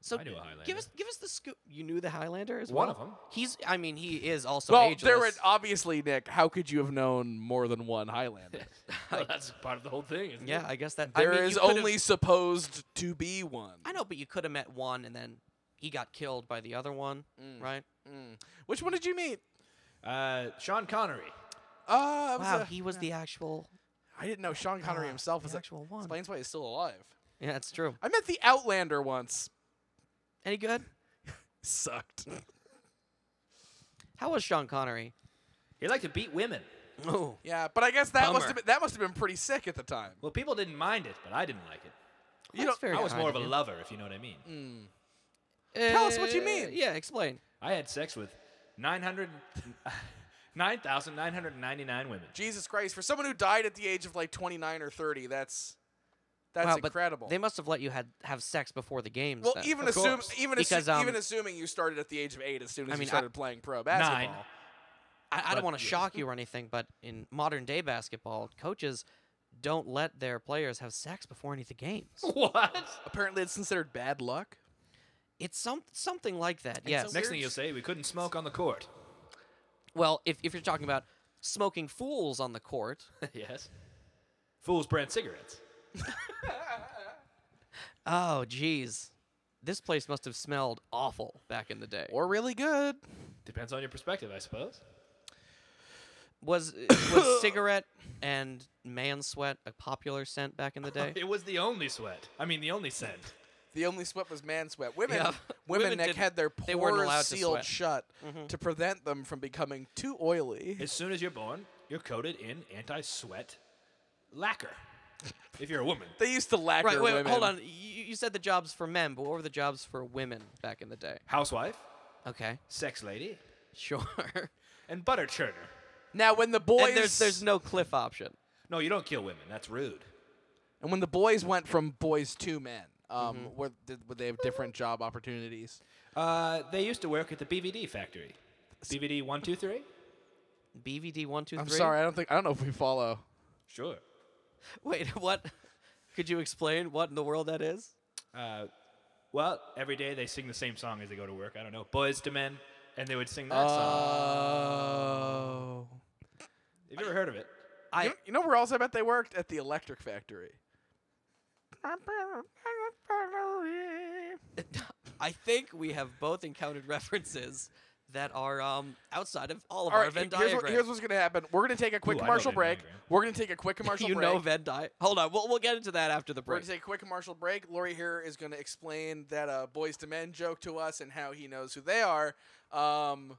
Speaker 1: So
Speaker 3: I knew a
Speaker 1: give
Speaker 3: Highlander.
Speaker 1: us give us the scoop. You knew the Highlander as
Speaker 3: One
Speaker 1: well.
Speaker 3: of 'em.
Speaker 1: He's. I mean, he is also
Speaker 2: well,
Speaker 1: ageless.
Speaker 2: there uh, were obviously Nick. How could you have known more than one Highlander?
Speaker 3: well, that's part of the whole thing. Isn't
Speaker 1: yeah,
Speaker 3: It?
Speaker 1: I guess that I
Speaker 2: There
Speaker 1: mean,
Speaker 2: is
Speaker 1: you could've-
Speaker 2: only supposed to be one.
Speaker 1: I know, but you could have met one, and then he got killed by the other one, right?
Speaker 2: Mm. Which one did you meet?
Speaker 3: Uh, Sean Connery.
Speaker 2: Uh, I was
Speaker 1: Wow,
Speaker 2: a-
Speaker 1: he was the actual.
Speaker 2: I didn't know Sean Connery
Speaker 1: Ah,
Speaker 2: himself
Speaker 1: the
Speaker 2: was a-
Speaker 1: actual one.
Speaker 2: Explains why he's still alive.
Speaker 1: Yeah, that's true.
Speaker 2: I met the Outlander once.
Speaker 1: Any good?
Speaker 2: Sucked.
Speaker 1: How was Sean Connery?
Speaker 3: He liked to beat women.
Speaker 1: Oh,
Speaker 2: yeah, but I guess that must
Speaker 1: Bummer.
Speaker 2: have been, that must have been pretty sick at the time.
Speaker 3: Well, people didn't mind it, but I didn't like it.
Speaker 2: You
Speaker 1: that's
Speaker 2: don't-
Speaker 1: very
Speaker 3: I was
Speaker 1: kind
Speaker 3: more of a
Speaker 1: you. Mm.
Speaker 3: lover, if you know what I mean.
Speaker 2: Tell us what you
Speaker 1: Uh,
Speaker 2: mean.
Speaker 1: Yeah, explain.
Speaker 3: I had sex with 900, 9,999 women.
Speaker 2: Jesus Christ! For someone who died at the age of like 29 or 30, that's that's
Speaker 1: wow, but
Speaker 2: incredible.
Speaker 1: They must have let you had have sex before the games.
Speaker 2: well,
Speaker 1: then.
Speaker 2: even
Speaker 3: Of
Speaker 2: assume
Speaker 3: course.
Speaker 2: even
Speaker 1: Because,
Speaker 2: assu-
Speaker 1: um,
Speaker 2: even assuming you started at the age of eight as soon
Speaker 1: I
Speaker 2: as
Speaker 1: mean,
Speaker 2: you
Speaker 1: I-
Speaker 2: started playing pro basketball.
Speaker 1: I, I
Speaker 3: But-
Speaker 1: don't want to
Speaker 3: yeah.
Speaker 1: shock you or anything, but in modern day basketball, coaches don't let their players have sex before any of the games.
Speaker 3: What?
Speaker 2: Apparently, it's considered bad luck.
Speaker 1: It's some something like that. Yes.
Speaker 3: Next thing you'll say, we couldn't smoke on the court.
Speaker 1: well, if if you're talking about smoking fools on the court,
Speaker 3: yes. Fool's brand cigarettes.
Speaker 1: oh geez, this place must have smelled awful back in the day.
Speaker 2: Or really good.
Speaker 3: Depends on your perspective, I suppose.
Speaker 1: Was was cigarette and man sweat a popular scent back in the day?
Speaker 3: It was the only sweat. I mean, the only scent.
Speaker 2: The only sweat was man sweat. Women,
Speaker 1: Yeah.
Speaker 2: women,
Speaker 1: Women
Speaker 2: Nick
Speaker 1: didn't-
Speaker 2: had their
Speaker 1: they weren't allowed
Speaker 2: pores
Speaker 1: to
Speaker 2: sealed
Speaker 1: sweat. Mm-hmm.
Speaker 2: shut to prevent them from becoming too oily.
Speaker 3: As soon as you're born, you're coated in anti-sweat lacquer. If you're a woman,
Speaker 2: They used to lacquer
Speaker 1: Right, wait,
Speaker 2: women.
Speaker 1: hold on. You, you said the jobs for men, but what were the jobs for women back in the day?
Speaker 3: housewife,
Speaker 1: Okay,
Speaker 3: sex lady,
Speaker 1: sure.
Speaker 3: and butter churner.
Speaker 2: Now, when the boys
Speaker 1: And there's there's no cliff option.
Speaker 3: No, you don't kill women. That's rude.
Speaker 2: and when the boys went from boys to men, um, were, did, would they have different job opportunities?
Speaker 3: Uh, they used to work at the BVD factory. BVD one two three.
Speaker 1: BVD one two three.
Speaker 2: I'm sorry, I don't think I don't know if we follow.
Speaker 3: Sure.
Speaker 1: Wait, what? Could you explain what in the world that is?
Speaker 3: Uh, well, every day they sing the same song as they go to work. I don't know, boys to men, and they would sing that song.
Speaker 2: Oh,
Speaker 3: Have you ever heard of it?
Speaker 1: I
Speaker 2: you, you know where else I bet they worked at the electric factory.
Speaker 1: I think we have both encountered references that are um, outside of all of
Speaker 2: All
Speaker 1: our
Speaker 2: right,
Speaker 1: Venn
Speaker 2: here's,
Speaker 1: diagram.
Speaker 2: what, here's what's gonna happen. We're gonna take a quick
Speaker 3: Ooh, I know
Speaker 2: commercial
Speaker 3: Venn
Speaker 2: break.
Speaker 3: diagram.
Speaker 2: We're gonna take a quick commercial
Speaker 1: you
Speaker 2: break.
Speaker 1: know Venn di. Hold on, we'll, we'll get into that after the
Speaker 2: We're
Speaker 1: break.
Speaker 2: gonna take a quick commercial break. Lori here is gonna explain that uh, boys to men joke to us and how he knows who they are. Um,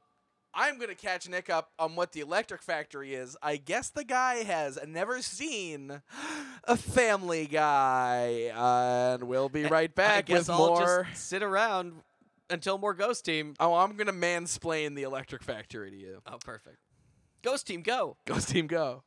Speaker 2: I'm gonna catch Nick up on what the Electric Factory is. I guess the guy has never seen a Family Guy, and we'll be right
Speaker 1: I
Speaker 2: back
Speaker 1: guess
Speaker 2: with
Speaker 1: I'll
Speaker 2: more.
Speaker 1: just sit around until more Ghost Team.
Speaker 2: Oh, I'm gonna mansplain the Electric Factory to you.
Speaker 1: Oh, perfect. Ghost Team, go.
Speaker 2: Ghost Team, go.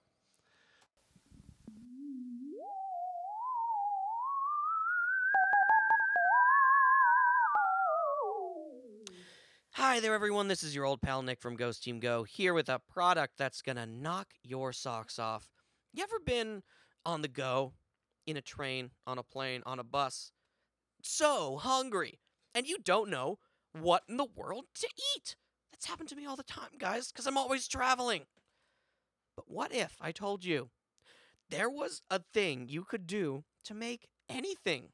Speaker 1: Hi there, everyone. This is your old pal Nick from Ghost Team Go here with a product that's going to knock your socks off. You ever been on the go, in a train, on a plane, on a bus, so hungry, and you don't know what in the world to eat. That's happened to me all the time, guys, because I'm always traveling. But what if I told you there was a thing you could do to make anything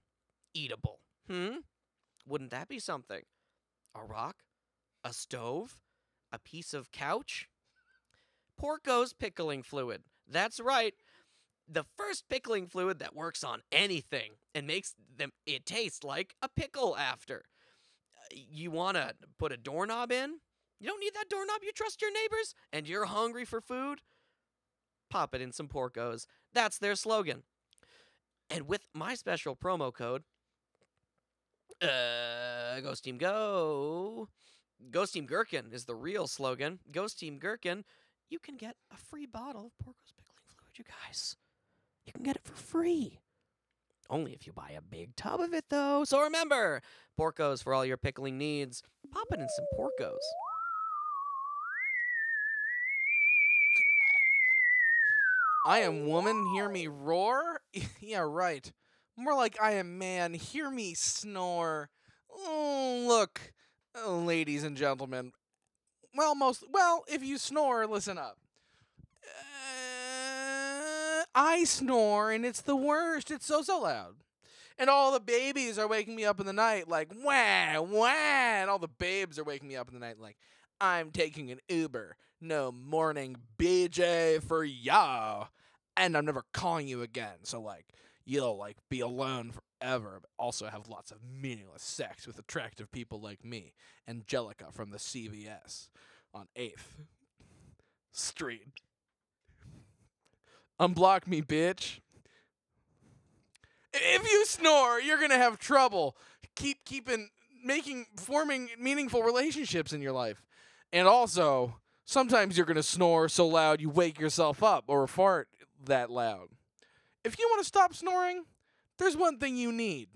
Speaker 1: eatable? Hmm? Wouldn't that be something? A rock? A stove? A piece of couch? Porco's pickling fluid. That's right. The first pickling fluid that works on anything and makes them it taste like a pickle after. Uh, You want to put a doorknob in? You don't need that doorknob. You trust your neighbors and you're hungry for food? Pop it in some Porcos. That's their slogan. And with my special promo code, uh, Ghost Team Go, Ghost Team Gherkin is the real slogan. Ghost Team Gherkin you can get a free bottle of Porco's pickling fluid, you guys. You can get it for free. Only if you buy a big tub of it, though. So remember, Porco's for all your pickling needs. Pop it in some Porco's.
Speaker 2: I am woman, hear me roar? yeah, right. More like I am man, hear me snore. Oh, look, uh, ladies and gentlemen. Well, most well, if you snore, listen up. Uh, I snore and it's the worst. It's so so loud. And all the babies are waking me up in the night like wah wah and all the babes are waking me up in the night like I'm taking an Uber. No morning BJ for ya. And I'm never calling you again. So like you'll like be alone forever, but also have lots of meaningless sex with attractive people like me, Angelica from the CVS on 8th Street. Unblock me, bitch. I- If you snore, you're gonna have trouble. Keep keeping making forming meaningful relationships in your life. And also, sometimes you're going to snore so loud you wake yourself up or fart that loud. If you want to stop snoring, there's one thing you need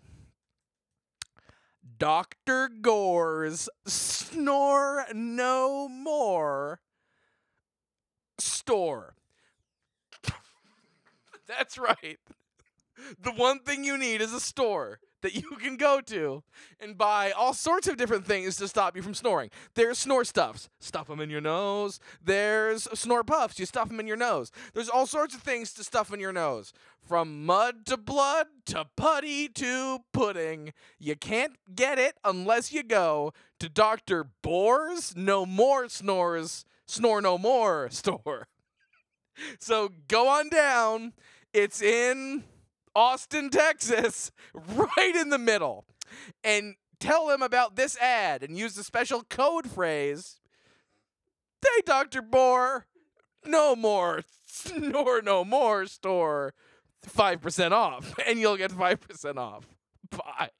Speaker 2: Dr. Gore's Snore No More store. That's right. The one thing you need is a store that you can go to and buy all sorts of different things to stop you from snoring. There's snore stuffs, stuff them in your nose. There's snore puffs, you stuff them in your nose. There's all sorts of things to stuff in your nose. From mud to blood to putty to pudding. You can't get it unless you go to Dr. Boar's No More Snores, Snore No More store. So go on down. It's in Austin, Texas, right in the middle. And tell them about this ad and use the special code phrase Hey, Dr. Boar, no more, snore no more store 5% off. And you'll get 5% off. Bye.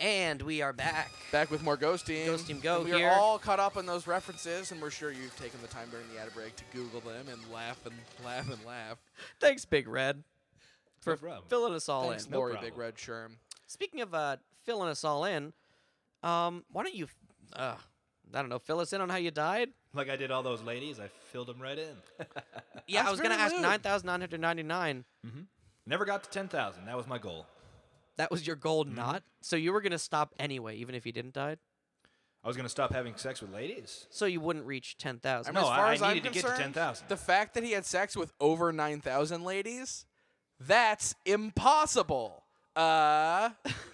Speaker 1: And we are back.
Speaker 2: Back with more Ghost Team.
Speaker 1: Ghost Team Go
Speaker 2: We
Speaker 1: here.
Speaker 2: are all caught up on those references, and we're sure you've taken the time during the ad break to Google them and laugh and laugh and laugh.
Speaker 1: Thanks, Big Red, for
Speaker 3: No problem.
Speaker 1: filling us all
Speaker 2: Thanks,
Speaker 1: in.
Speaker 3: no
Speaker 2: Lori
Speaker 3: problem.
Speaker 2: Big Red Sherm.
Speaker 1: Speaking of uh, filling us all in, um, why don't you, uh, I don't know, fill us in on how you died?
Speaker 3: Like I did all those ladies, I filled them right in.
Speaker 1: Yeah, I
Speaker 2: That's
Speaker 1: was gonna
Speaker 2: very
Speaker 1: ask
Speaker 2: rude.
Speaker 1: nine thousand nine hundred ninety nine.
Speaker 3: Never got to 10,000. That was my goal.
Speaker 1: That was your goal,
Speaker 3: Mm-hmm.
Speaker 1: not so you were gonna stop anyway, even if you didn't die,
Speaker 3: I was going to stop having sex with ladies.
Speaker 1: so you wouldn't reach ten thousand.
Speaker 2: I mean,
Speaker 3: No,
Speaker 2: as far
Speaker 3: I- I
Speaker 2: as I'm
Speaker 3: needed to get to
Speaker 2: concerned,
Speaker 3: 10,000.
Speaker 2: The fact that he had sex with over 9,000 ladies, that's impossible. Uh,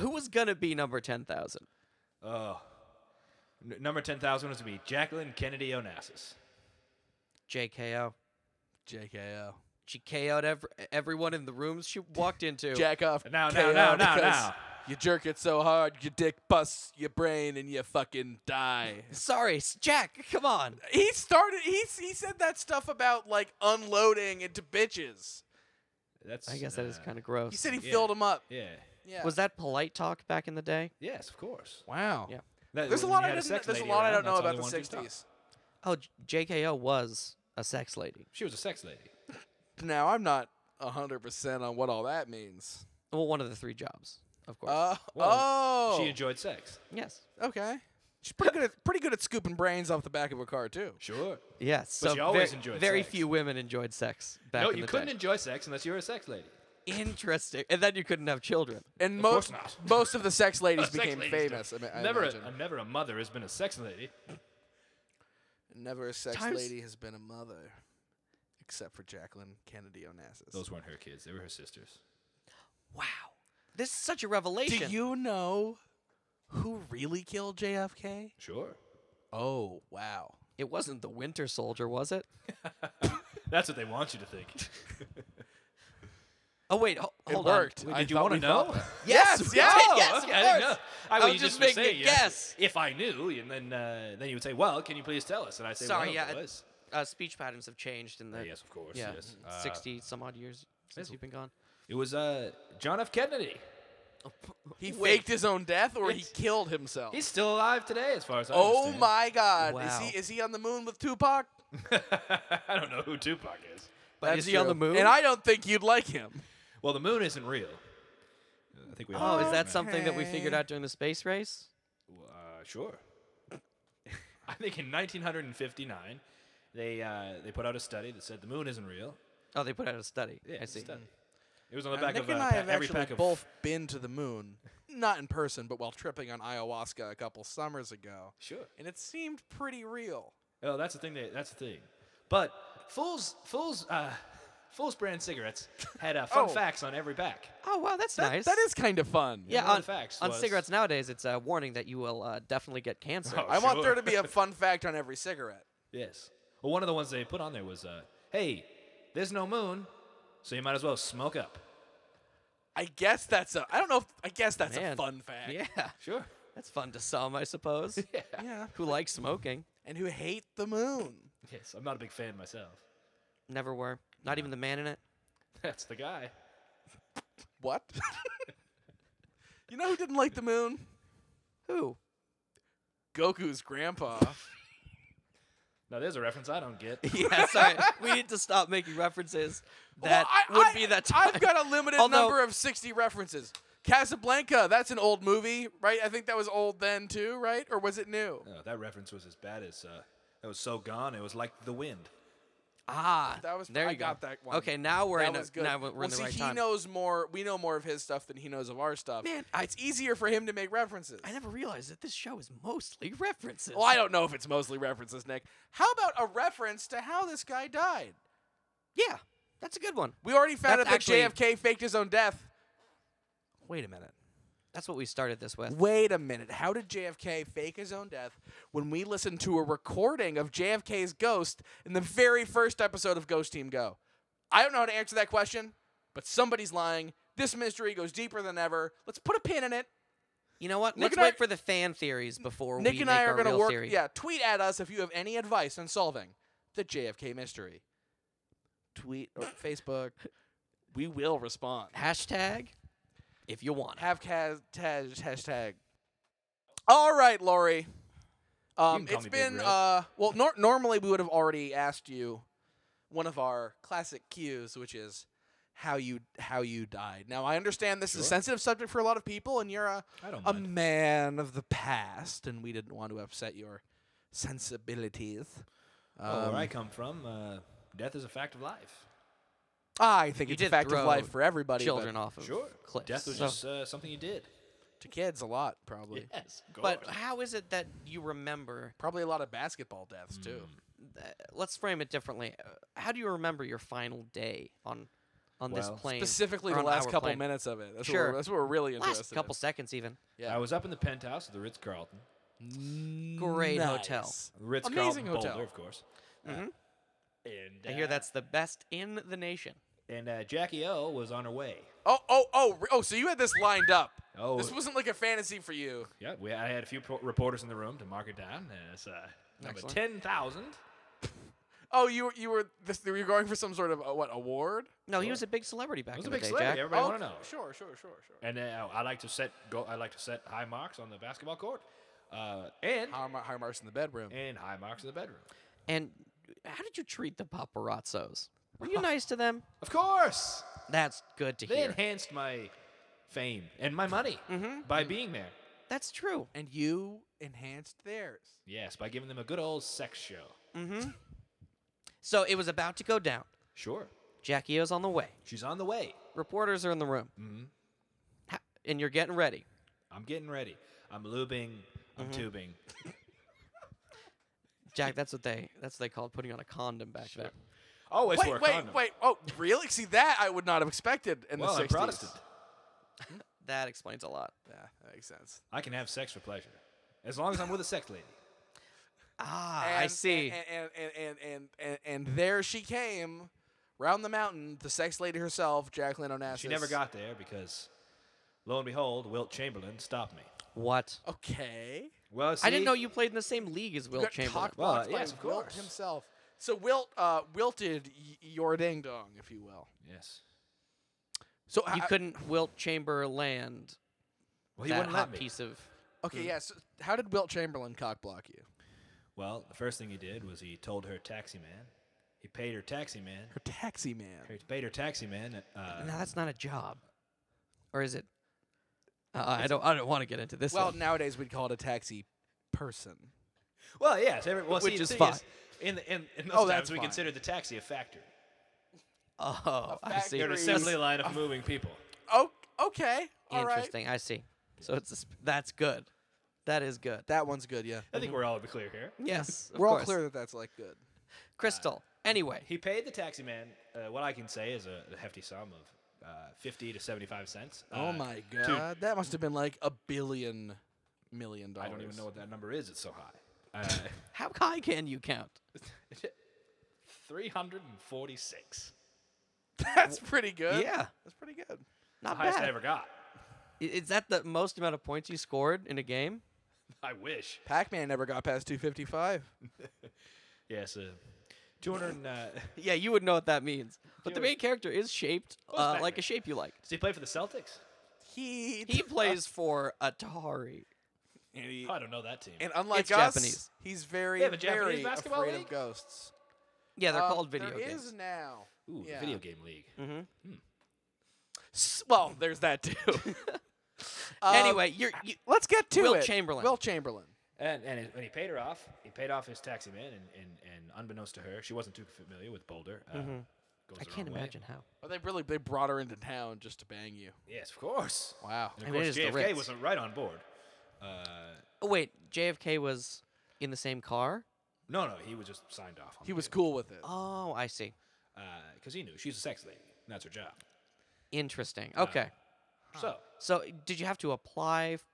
Speaker 1: Who was gonna be number ten thousand?
Speaker 3: Oh. N- number 10,000 was to be Jacqueline Kennedy Onassis.
Speaker 1: JKO.
Speaker 2: JKO.
Speaker 1: She KO'd every, everyone in the rooms she walked into.
Speaker 2: Jack off.
Speaker 3: Now, now,
Speaker 2: KO
Speaker 3: now, now,
Speaker 2: because
Speaker 3: now.
Speaker 2: You jerk it so hard, your dick busts your brain and you fucking die.
Speaker 1: Sorry, s- Jack. Come on.
Speaker 2: he started, he, s- he said that stuff about like unloading into bitches.
Speaker 3: That's
Speaker 1: I guess that is
Speaker 3: uh,
Speaker 1: kind of
Speaker 2: He
Speaker 1: gross.
Speaker 2: said he
Speaker 3: Yeah.
Speaker 2: filled him up.
Speaker 3: Yeah.
Speaker 2: Yeah.
Speaker 1: Was that polite talk back in the day?
Speaker 3: Yes, of course.
Speaker 2: Wow.
Speaker 1: Yeah.
Speaker 3: That-
Speaker 2: There's a
Speaker 3: when
Speaker 2: lot
Speaker 3: you
Speaker 2: I
Speaker 3: had
Speaker 2: didn't,
Speaker 3: sex
Speaker 2: there's a
Speaker 3: lady
Speaker 2: lot I don't
Speaker 3: around,
Speaker 2: know
Speaker 3: that's all
Speaker 2: about
Speaker 3: they
Speaker 2: the
Speaker 3: wanted to stop.
Speaker 2: 60s.
Speaker 1: Oh, J- JKO was a sex lady.
Speaker 3: She was a sex lady.
Speaker 2: Now I'm not 100% on what all that means.
Speaker 1: Well, one of the three jobs, of course.
Speaker 2: Uh,
Speaker 3: Well,
Speaker 2: oh.
Speaker 3: She enjoyed sex.
Speaker 1: yes.
Speaker 2: Okay. She's pretty good at pretty good at scooping brains off the back of a car too.
Speaker 3: Sure.
Speaker 1: Yes.
Speaker 3: But
Speaker 1: so
Speaker 3: you always
Speaker 1: very,
Speaker 3: enjoyed
Speaker 1: very
Speaker 3: sex.
Speaker 1: few women enjoyed sex back
Speaker 3: no,
Speaker 1: in
Speaker 3: you
Speaker 1: the
Speaker 3: couldn't
Speaker 1: day.
Speaker 3: enjoy sex unless you were a sex lady.
Speaker 1: Interesting. And then you couldn't have children.
Speaker 2: And
Speaker 3: Of
Speaker 2: most
Speaker 3: course not.
Speaker 2: most of the sex ladies
Speaker 3: Sex
Speaker 2: became
Speaker 3: ladies do.
Speaker 2: famous. I mean, I
Speaker 3: never,
Speaker 2: imagine.
Speaker 3: a, never a mother has been a sex lady.
Speaker 2: Never a sex
Speaker 1: Times-
Speaker 2: lady has been a mother, except for Jacqueline Kennedy Onassis.
Speaker 3: Those weren't her kids; they were her sisters.
Speaker 1: Wow. This is such a
Speaker 2: Do
Speaker 1: revelation.
Speaker 2: you know who really killed JFK?
Speaker 3: Sure.
Speaker 2: Oh wow!
Speaker 1: it wasn't the Winter Soldier, was it?
Speaker 3: That's what they want you to think.
Speaker 1: Oh wait, ho-
Speaker 2: It
Speaker 1: hold
Speaker 2: worked.
Speaker 1: on.
Speaker 2: I
Speaker 3: Did you
Speaker 2: thought
Speaker 3: want to
Speaker 2: we thought
Speaker 3: know?
Speaker 2: that.
Speaker 1: Yes,
Speaker 2: Yes,
Speaker 1: we did,
Speaker 3: Oh,
Speaker 1: yes,
Speaker 3: okay,
Speaker 1: of
Speaker 3: I didn't
Speaker 1: course.
Speaker 3: know. I,
Speaker 1: I
Speaker 3: well,
Speaker 1: was
Speaker 3: you
Speaker 1: just
Speaker 3: were
Speaker 1: making a
Speaker 3: saying,
Speaker 1: guess.
Speaker 3: If I knew, and then uh, then you would say, "Well, can you please tell us?" And I say,
Speaker 1: Sorry,
Speaker 3: well,
Speaker 1: yeah,
Speaker 3: it
Speaker 1: I-
Speaker 3: was.
Speaker 1: Uh, speech patterns have changed in the
Speaker 3: yes, of course.
Speaker 1: yeah,
Speaker 3: yes. Uh,
Speaker 1: sixty some odd years since you've been gone.
Speaker 3: It was uh, John F. Kennedy.
Speaker 2: He
Speaker 1: Wait.
Speaker 2: faked his own death, or he
Speaker 3: Yes.
Speaker 2: killed himself.
Speaker 3: He's still alive today, as far as I
Speaker 2: oh
Speaker 3: understand.
Speaker 2: my God! Is
Speaker 1: Wow.
Speaker 2: he is he on the moon with Tupac?
Speaker 3: I don't know who Tupac is.
Speaker 1: But
Speaker 2: That's
Speaker 1: is he on
Speaker 2: true.
Speaker 1: the moon?
Speaker 2: And I don't think you'd like him.
Speaker 3: Well, the moon isn't real. I think we. all
Speaker 1: oh, is
Speaker 3: know
Speaker 1: that something that we figured
Speaker 2: Okay.
Speaker 1: out during the space race?
Speaker 3: Well, Uh, sure. I think in 1959, they uh, they put out a study that said the moon isn't real.
Speaker 1: Oh, they put out a study.
Speaker 3: Yeah,
Speaker 1: I
Speaker 3: it's a
Speaker 1: see.
Speaker 3: study. It was on the
Speaker 2: Now,
Speaker 3: back
Speaker 2: Nick
Speaker 3: of uh,
Speaker 2: and I
Speaker 3: pa-
Speaker 2: have
Speaker 3: every
Speaker 2: actually
Speaker 3: pack of
Speaker 2: both been to the moon, not in person, but while tripping on ayahuasca a couple summers ago,
Speaker 3: sure.
Speaker 2: and it seemed pretty real.
Speaker 3: Oh, that's the thing. That, that's the thing. But Fool's Fool's uh, Fool's brand cigarettes had uh, fun
Speaker 2: Oh.
Speaker 3: facts on every pack.
Speaker 1: Oh wow, that's
Speaker 2: That-
Speaker 1: nice.
Speaker 2: That is kind of fun.
Speaker 1: yeah.
Speaker 3: one of
Speaker 1: On,
Speaker 3: the facts
Speaker 1: on
Speaker 3: was-
Speaker 1: cigarettes nowadays, it's a warning that you will uh, definitely get cancer.
Speaker 3: Oh,
Speaker 2: I want there to
Speaker 3: sure.
Speaker 2: be a fun fact on every cigarette.
Speaker 3: Yes. Well, one of the ones they put on there was, uh, "Hey, there's no moon, so you might as well smoke up."
Speaker 2: I guess that's a. I don't know. If, I guess that's a
Speaker 1: Man.
Speaker 2: fun fact.
Speaker 1: Yeah,
Speaker 3: Sure.
Speaker 1: that's fun to some, I suppose.
Speaker 2: Yeah.
Speaker 1: Who likes smoking?
Speaker 2: And who hate the moon?
Speaker 3: Yes, I'm not a big fan myself.
Speaker 1: Never were. Not even the man in it.
Speaker 3: That's the guy.
Speaker 2: What? you know who didn't like the moon?
Speaker 1: Who?
Speaker 2: Goku's grandpa.
Speaker 3: Now there's a reference I don't get.
Speaker 1: Yeah, sorry. we need to stop making references that
Speaker 2: Well, I-
Speaker 1: would
Speaker 2: I-
Speaker 1: be that time.
Speaker 2: I've got a limited
Speaker 1: Although-
Speaker 2: number of sixty references. Casablanca. That's an old movie, right? I think that was old then too, right? Or was it new?
Speaker 3: Oh, that reference was as bad as uh, it was so gone. It was like the wind.
Speaker 1: ah,
Speaker 2: That was-
Speaker 1: there
Speaker 2: I
Speaker 1: you go.
Speaker 2: got that one.
Speaker 1: Okay, now we're
Speaker 2: that
Speaker 1: in a,
Speaker 2: was good.
Speaker 1: now we're
Speaker 2: well,
Speaker 1: in the
Speaker 2: see,
Speaker 1: right
Speaker 2: he
Speaker 1: time.
Speaker 2: knows more. We know more of his stuff than he knows of our stuff.
Speaker 1: Man, I-
Speaker 2: it's easier for him to make references.
Speaker 1: I never realized that this show is mostly references.
Speaker 2: Well, I don't know if it's mostly references, Nick. How about a reference to how this guy died?
Speaker 1: yeah, that's a good one.
Speaker 2: We already found
Speaker 1: That's
Speaker 2: out that
Speaker 1: actually-
Speaker 2: JFK faked his own death. Wait a minute.
Speaker 1: That's what we started this with.
Speaker 2: Wait a minute. How did JFK fake his own death when we listened to a recording of JFK's ghost in the very first episode of Ghost Team Go? I don't know how to answer that question, but somebody's lying. This mystery goes deeper than ever. Let's put a pin in it.
Speaker 1: You know what?
Speaker 2: Nick
Speaker 1: Let's
Speaker 2: and I-
Speaker 1: wait for the fan theories before
Speaker 2: Nick
Speaker 1: we
Speaker 2: and
Speaker 1: make
Speaker 2: I are
Speaker 1: our
Speaker 2: going to
Speaker 1: real
Speaker 2: work.
Speaker 1: theory.
Speaker 2: Yeah, tweet at us if you have any advice on solving the JFK mystery. Tweet or Facebook. We will respond.
Speaker 1: Hashtag if you want. it.
Speaker 2: Have cas- tag hashtag. All right, Lori. Um,
Speaker 3: can call
Speaker 2: it's
Speaker 3: me Big
Speaker 2: been
Speaker 3: Red.
Speaker 2: uh, well. Nor- normally, we would have already asked you one of our classic cues, which is how you how you died. Now, I understand this is a
Speaker 3: Sure.
Speaker 2: sensitive subject for a lot of people, and you're a
Speaker 3: I don't
Speaker 2: a
Speaker 3: mind.
Speaker 2: man of the past, and we didn't want to upset your sensibilities.
Speaker 3: Oh,
Speaker 2: Um,
Speaker 3: where I come from, uh, death is a fact of life.
Speaker 2: I think
Speaker 1: You
Speaker 2: it's a
Speaker 1: did
Speaker 2: fact of
Speaker 1: throw
Speaker 2: life for everybody. but
Speaker 1: Children off of
Speaker 3: Sure.
Speaker 1: cliffs.
Speaker 3: Death was
Speaker 1: Oh, so-
Speaker 3: just uh, something you did.
Speaker 2: to kids a lot, probably.
Speaker 3: Yes. Of
Speaker 1: But
Speaker 3: course.
Speaker 1: how is it that you remember?
Speaker 2: Probably a lot of basketball deaths too.
Speaker 3: Hmm.
Speaker 1: th- uh, Let's frame it differently. Uh, How do you remember your final day on on
Speaker 3: Well,
Speaker 1: this plane?
Speaker 2: Specifically,
Speaker 1: or
Speaker 2: the
Speaker 1: on
Speaker 2: last
Speaker 1: our
Speaker 2: couple
Speaker 1: plane?
Speaker 2: minutes of it. That's What
Speaker 1: Sure.
Speaker 2: we're, that's what we're really interested
Speaker 1: Last couple seconds, even.
Speaker 2: yeah.
Speaker 3: I was up in the penthouse of the Ritz Carlton.
Speaker 2: in.
Speaker 1: Great hotel.
Speaker 2: Nice.
Speaker 3: Ritz
Speaker 2: Amazing
Speaker 3: Carlton
Speaker 2: hotel.
Speaker 3: Boulder, of course. Uh,
Speaker 1: Mhm.
Speaker 3: and
Speaker 1: I hear
Speaker 3: uh,
Speaker 1: that's the best in the nation.
Speaker 3: And uh, Jackie O was on her way.
Speaker 2: Oh, oh, oh, re- oh! So you had this lined up.
Speaker 3: Oh.
Speaker 2: This wasn't like a fantasy for you.
Speaker 3: Yeah, we, I had a few pro- reporters in the room to mark it down. And it's uh, number
Speaker 1: Excellent.
Speaker 3: 10,000.
Speaker 2: Oh, you were- you were this, you were going for some sort of uh what award?
Speaker 1: No, he was a big celebrity back
Speaker 3: It was a
Speaker 1: in the
Speaker 3: big
Speaker 1: day,
Speaker 3: celebrity.
Speaker 1: Jack.
Speaker 3: Everybody
Speaker 2: oh,
Speaker 3: want to know.
Speaker 2: Sure, sure, sure, sure.
Speaker 3: And uh, I like to set go, I like to set high marks on the basketball court, uh, and
Speaker 2: High, mar- high marks in the bedroom.
Speaker 3: and high marks in the bedroom.
Speaker 1: And how did you treat the paparazzos? Were you nice to them?
Speaker 3: Of course,
Speaker 1: That's good to
Speaker 3: they
Speaker 1: hear.
Speaker 3: enhanced my fame and my money by being there.
Speaker 1: That's true.
Speaker 2: and you enhanced theirs.
Speaker 3: Yes, by giving them a good old sex show.
Speaker 1: Mm-hmm. So it was about to go down.
Speaker 3: Sure.
Speaker 1: Jackie O's on the way.
Speaker 3: She's on the way.
Speaker 1: Reporters are in the room.
Speaker 3: Mm-hmm.
Speaker 1: Ha- And you're getting ready.
Speaker 3: I'm getting ready. I'm lubing. I'm tubing.
Speaker 1: Jack, that's what they that's what they called putting on a condom back then.
Speaker 3: Always
Speaker 2: wait,
Speaker 3: wear a
Speaker 2: wait,
Speaker 3: condom.
Speaker 2: wait. Oh, really? See, that I would not have expected in
Speaker 3: Well,
Speaker 2: the 60s.
Speaker 3: I'm Protestant.
Speaker 1: That explains a lot.
Speaker 2: Yeah, that makes sense.
Speaker 3: I can have sex for pleasure, as long as I'm with a sex lady.
Speaker 1: Ah,
Speaker 2: and,
Speaker 1: I see.
Speaker 2: And and, and and and and and there she came, round the mountain, the sex lady herself, Jacqueline Onassis.
Speaker 3: She never got there because, lo and behold, Wilt Chamberlain stopped me.
Speaker 1: what?
Speaker 2: Okay.
Speaker 3: Well,
Speaker 1: I didn't
Speaker 3: see,
Speaker 1: know you played in the same league as Will
Speaker 2: got
Speaker 1: Chamberlain.
Speaker 2: cockblocked
Speaker 3: Well,
Speaker 2: by
Speaker 3: yes, of
Speaker 2: Wilt
Speaker 3: course.
Speaker 2: himself. So Wilt uh, wilted y- your ding dong, if you will.
Speaker 3: Yes.
Speaker 2: So
Speaker 1: you
Speaker 2: I-
Speaker 1: couldn't Wilt Chamberlain
Speaker 3: Well, he
Speaker 1: that
Speaker 3: wouldn't
Speaker 1: hot
Speaker 3: let me.
Speaker 1: piece of.
Speaker 2: Okay, yeah. So how did Wilt Chamberlain cock block you?
Speaker 3: Well, the first thing he did was he told her taxi man. He paid her taxi man.
Speaker 2: Her taxi man.
Speaker 3: He paid her taxi man. Uh,
Speaker 1: No, that's not a job, or is it? Uh, I don't. I don't want to get into this.
Speaker 2: Well,
Speaker 1: one.
Speaker 2: nowadays we'd call it a taxi person.
Speaker 3: Well, yes. Every, well,
Speaker 1: Which
Speaker 3: see, the
Speaker 1: is
Speaker 3: thing
Speaker 1: fine.
Speaker 3: in, the, in, in those
Speaker 2: Oh, that's
Speaker 3: times, we
Speaker 2: fine.
Speaker 3: considered the taxi a factory.
Speaker 1: oh, I see.
Speaker 3: They're an
Speaker 2: Factories.
Speaker 3: assembly line of moving people.
Speaker 2: Oh, okay. All right.
Speaker 1: Interesting. I see. So it's a sp- that's good. That is good.
Speaker 2: That one's good. Yeah.
Speaker 3: I think we're all in the clear here.
Speaker 1: Yes, of
Speaker 2: We're all
Speaker 1: course. Uh,
Speaker 2: clear that that's like good.
Speaker 1: Crystal. Anyway,
Speaker 3: He paid the taxi man uh, what I can say is a hefty sum of uh, 50 to 75 cents.
Speaker 2: oh
Speaker 3: uh,
Speaker 2: my
Speaker 3: to-
Speaker 2: god, that must have been like a billion million
Speaker 3: I
Speaker 2: dollars.
Speaker 3: don't even know what that number is. It's so high. Uh,
Speaker 1: how high can you count?
Speaker 3: 346.
Speaker 2: That's pretty good.
Speaker 1: Yeah,
Speaker 2: that's pretty good.
Speaker 1: not
Speaker 3: Highest
Speaker 1: bad.
Speaker 3: I ever got.
Speaker 1: I- Is that the most amount of points you scored in a game?
Speaker 3: I wish.
Speaker 2: Pac-Man never got past 255.
Speaker 3: Yes. Uh, 200. And, uh,
Speaker 1: Yeah, you would know what that means. But the
Speaker 3: Dude.
Speaker 1: main character is shaped
Speaker 3: Close
Speaker 1: uh,
Speaker 3: back
Speaker 1: like
Speaker 3: there.
Speaker 1: a shape you like.
Speaker 3: does he play for the Celtics?
Speaker 2: He
Speaker 1: He plays for Atari.
Speaker 2: and, he-
Speaker 3: Oh, I don't know that team.
Speaker 2: and unlike
Speaker 1: It's
Speaker 2: us,
Speaker 1: Japanese.
Speaker 2: he's very
Speaker 3: They have a Japanese
Speaker 2: very
Speaker 3: basketball
Speaker 2: afraid
Speaker 3: league?
Speaker 2: of ghosts.
Speaker 1: Yeah, they're
Speaker 3: Uh,
Speaker 2: Um,
Speaker 1: called video
Speaker 2: there
Speaker 1: games.
Speaker 2: is now.
Speaker 3: Ooh, the
Speaker 2: yeah.
Speaker 3: video game league.
Speaker 2: S- well, there's that too.
Speaker 3: uh,
Speaker 2: Um,
Speaker 1: anyway, you're, you
Speaker 2: let's get to
Speaker 1: Wilt
Speaker 2: it.
Speaker 1: Chamberlain.
Speaker 2: Will Chamberlain.
Speaker 3: And, and it- when he paid her off, he paid off his taxi man, and, and, and unbeknownst to her, she wasn't too familiar with Boulder. Uh, goes
Speaker 1: I
Speaker 3: the
Speaker 1: can't
Speaker 3: wrong way.
Speaker 1: imagine how.
Speaker 2: Oh, they really they brought her into town just to bang you.
Speaker 3: Yes, of course.
Speaker 2: Wow.
Speaker 3: And
Speaker 1: I
Speaker 3: of
Speaker 1: mean, it
Speaker 3: course,
Speaker 1: is the
Speaker 3: JFK
Speaker 1: Ritz.
Speaker 3: was right on board. Uh,
Speaker 1: Oh wait, JFK was in the same car.
Speaker 3: no, no, he was just signed off. On
Speaker 2: He was cool with it.
Speaker 1: Oh, I see.
Speaker 3: because he knew she's a sex lady. and That's her job.
Speaker 1: Interesting. Okay.
Speaker 3: So,
Speaker 1: So did you have to apply? f-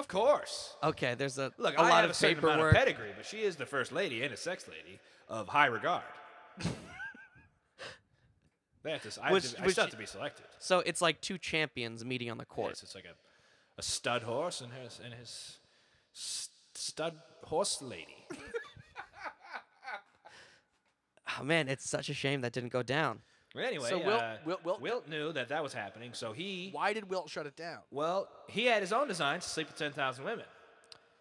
Speaker 3: of course,
Speaker 1: Okay, there's a
Speaker 3: look,
Speaker 1: a
Speaker 3: I
Speaker 1: lot
Speaker 3: have
Speaker 1: of
Speaker 3: a certain amount
Speaker 1: paperwork.
Speaker 3: of pedigree, but she is the first lady and a sex lady of high regard. That's just, I,
Speaker 1: Which-
Speaker 3: have to, I
Speaker 1: which-
Speaker 3: still have to be selected.
Speaker 1: so it's like two champions meeting on the court.
Speaker 3: Yes, it's like a, a stud horse and his and his st- stud horse lady.
Speaker 1: Oh man, it's such a shame that didn't go down.
Speaker 3: But anyway,
Speaker 2: So Wilt-
Speaker 3: uh,
Speaker 2: Wilt- Wilt-
Speaker 3: knew that that was happening, so he
Speaker 2: Why did Wilt shut it down?
Speaker 3: well he had his own designs to sleep with ten thousand women.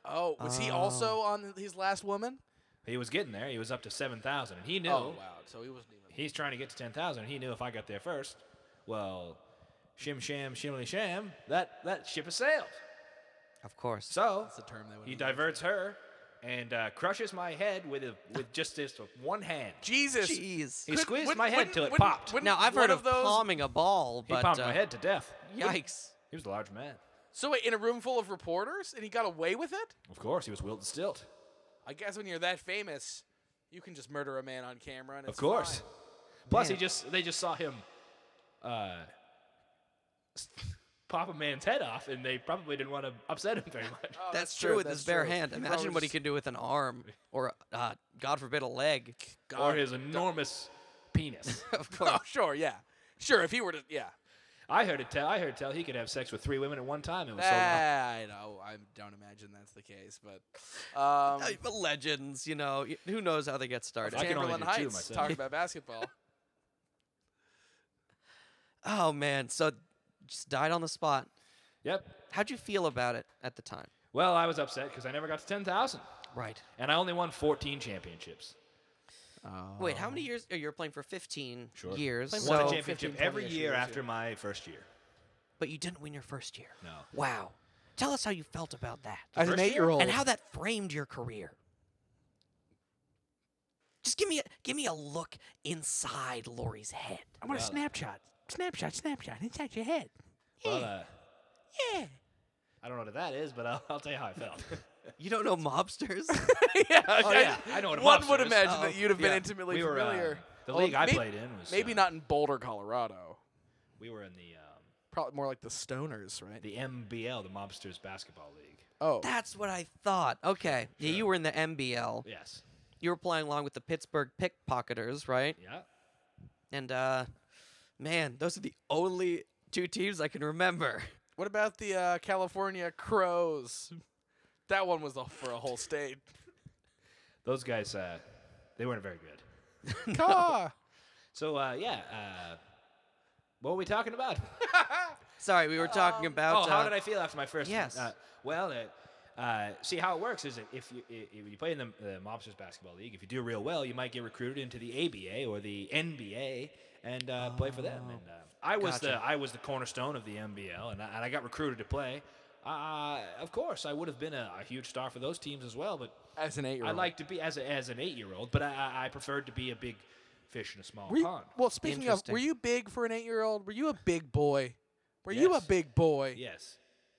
Speaker 2: Oh, was he also on his last woman?
Speaker 3: He was getting there. He was up to seven thousand, and he knew
Speaker 2: Oh wow! So he wasn't even.
Speaker 3: he's trying to get to 10,000. He knew if I got there first, well, shim sham, shimly sham, that, that ship has sailed.
Speaker 1: Of course.
Speaker 3: So
Speaker 2: That's the term they would.
Speaker 3: he
Speaker 2: have
Speaker 3: diverts her and uh, crushes my head with, a, with just this one hand.
Speaker 2: used. Jesus.
Speaker 1: Jeez.
Speaker 3: He squeezed my head till it popped.
Speaker 1: Now I've
Speaker 2: one
Speaker 1: heard of
Speaker 2: those.
Speaker 1: palming a ball,
Speaker 3: He
Speaker 1: but
Speaker 3: popped
Speaker 1: uh,
Speaker 3: my head to death.
Speaker 1: Yikes.
Speaker 3: He was a large man.
Speaker 2: So wait, in a room full of reporters, and he got away with it.
Speaker 3: Of course, he was Wilton Stilt.
Speaker 2: I guess when you're that famous, you can just murder a man on camera. And
Speaker 3: Of
Speaker 2: it's
Speaker 3: course.
Speaker 2: fine.
Speaker 3: Plus, he
Speaker 1: Man.
Speaker 3: just they just saw him uh, pop a man's head off, and they probably didn't want to upset him very much.
Speaker 2: Oh,
Speaker 1: That's, true with his
Speaker 2: that's
Speaker 1: bare
Speaker 2: true.
Speaker 1: hand.
Speaker 2: He
Speaker 1: Imagine
Speaker 2: probably
Speaker 1: what he
Speaker 2: just-
Speaker 1: could do with an arm or, uh, God forbid, a leg.
Speaker 3: or
Speaker 2: God.
Speaker 3: his enormous penis.
Speaker 1: Of course.
Speaker 2: Oh, sure, yeah, sure. If he were to, yeah.
Speaker 3: I heard it tell. I heard tell he could have sex with three women at one time. It was so long.
Speaker 2: Ah, I know. I don't imagine that's the case, but um,
Speaker 1: Uh, but legends, you know, y- who knows how they get started.
Speaker 3: I can only
Speaker 2: Chamberlain
Speaker 3: do two
Speaker 2: Heights
Speaker 3: myself.
Speaker 2: talking about basketball.
Speaker 1: Oh man, so just died on the spot.
Speaker 3: Yep.
Speaker 1: How'd you feel about it at the time?
Speaker 3: Well, I was upset because I never got to 10,000.
Speaker 1: Right.
Speaker 3: And I only won 14 championships.
Speaker 1: Wait, how many years? Oh, you're playing for 15
Speaker 3: Sure.
Speaker 1: years.
Speaker 2: Playing for
Speaker 3: won a
Speaker 1: So,
Speaker 2: 15
Speaker 3: championship
Speaker 2: 15,
Speaker 3: every
Speaker 2: 20-ish
Speaker 3: year
Speaker 2: years,
Speaker 3: after my first year.
Speaker 1: but you didn't win your first year.
Speaker 3: No.
Speaker 1: Wow. Tell us how you felt about that
Speaker 2: As an
Speaker 3: first year?
Speaker 2: eight-year-old,
Speaker 1: and how that framed your career. Just give me a, give me a look inside Lori's head.
Speaker 2: I want a
Speaker 3: Well-
Speaker 2: snapshot, snapshot, snapshot inside your head.
Speaker 3: Well, uh,
Speaker 1: Yeah.
Speaker 3: I don't know what that is, but I'll, I'll tell you how I felt.
Speaker 1: You don't know mobsters?
Speaker 2: yeah,
Speaker 3: oh
Speaker 2: I-
Speaker 3: yeah, I know what a
Speaker 2: One
Speaker 3: mobster
Speaker 2: would
Speaker 3: is.
Speaker 2: imagine
Speaker 1: Oh,
Speaker 2: that you'd have been
Speaker 3: yeah.
Speaker 2: intimately
Speaker 3: We were, uh,
Speaker 2: familiar.
Speaker 3: the
Speaker 2: Although
Speaker 3: league I
Speaker 2: may-
Speaker 3: played in was,
Speaker 2: maybe
Speaker 3: uh,
Speaker 2: not in Boulder, Colorado.
Speaker 3: We were in the um,
Speaker 2: Probably more like the Stoners, right?
Speaker 3: the MBL, the Mobsters Basketball League.
Speaker 2: oh,
Speaker 1: That's what I thought. Okay. Yeah, you were in the MBL.
Speaker 3: Yes.
Speaker 1: You were playing along with the Pittsburgh Pickpocketers, right?
Speaker 3: Yeah.
Speaker 1: And uh man, those are the only two teams I can remember.
Speaker 2: what about the uh, California Crows? That one was a- for a whole state.
Speaker 3: Those guys, uh, they weren't very good.
Speaker 2: Caw.
Speaker 3: So uh, yeah, uh, what were we talking about?
Speaker 1: Sorry, we were talking about
Speaker 3: oh, how
Speaker 1: uh,
Speaker 3: did I feel after my first?
Speaker 1: yes.
Speaker 3: Uh, well, uh, uh, see how it works is that if you i- if you play in the, the Mobsters Basketball League, if you do real well, you might get recruited into the ABA or the NBA and uh, play for them.
Speaker 1: Oh,
Speaker 3: And uh, I was the I was the cornerstone of the MBL, and I, and I got recruited to play. Uh, of course, I would have been a, a huge star for those teams as well, but
Speaker 2: As an
Speaker 3: I
Speaker 2: eight-year-old,
Speaker 3: like to be as a, as an eight year old, but I, I- I preferred to be a big fish in a small
Speaker 2: Were you-
Speaker 3: pond.
Speaker 2: well, speaking of, were
Speaker 1: Interesting.
Speaker 2: you big for an eight-year-old? Were you a big boy? Were you a
Speaker 3: Yes.
Speaker 2: big boy?
Speaker 3: yes,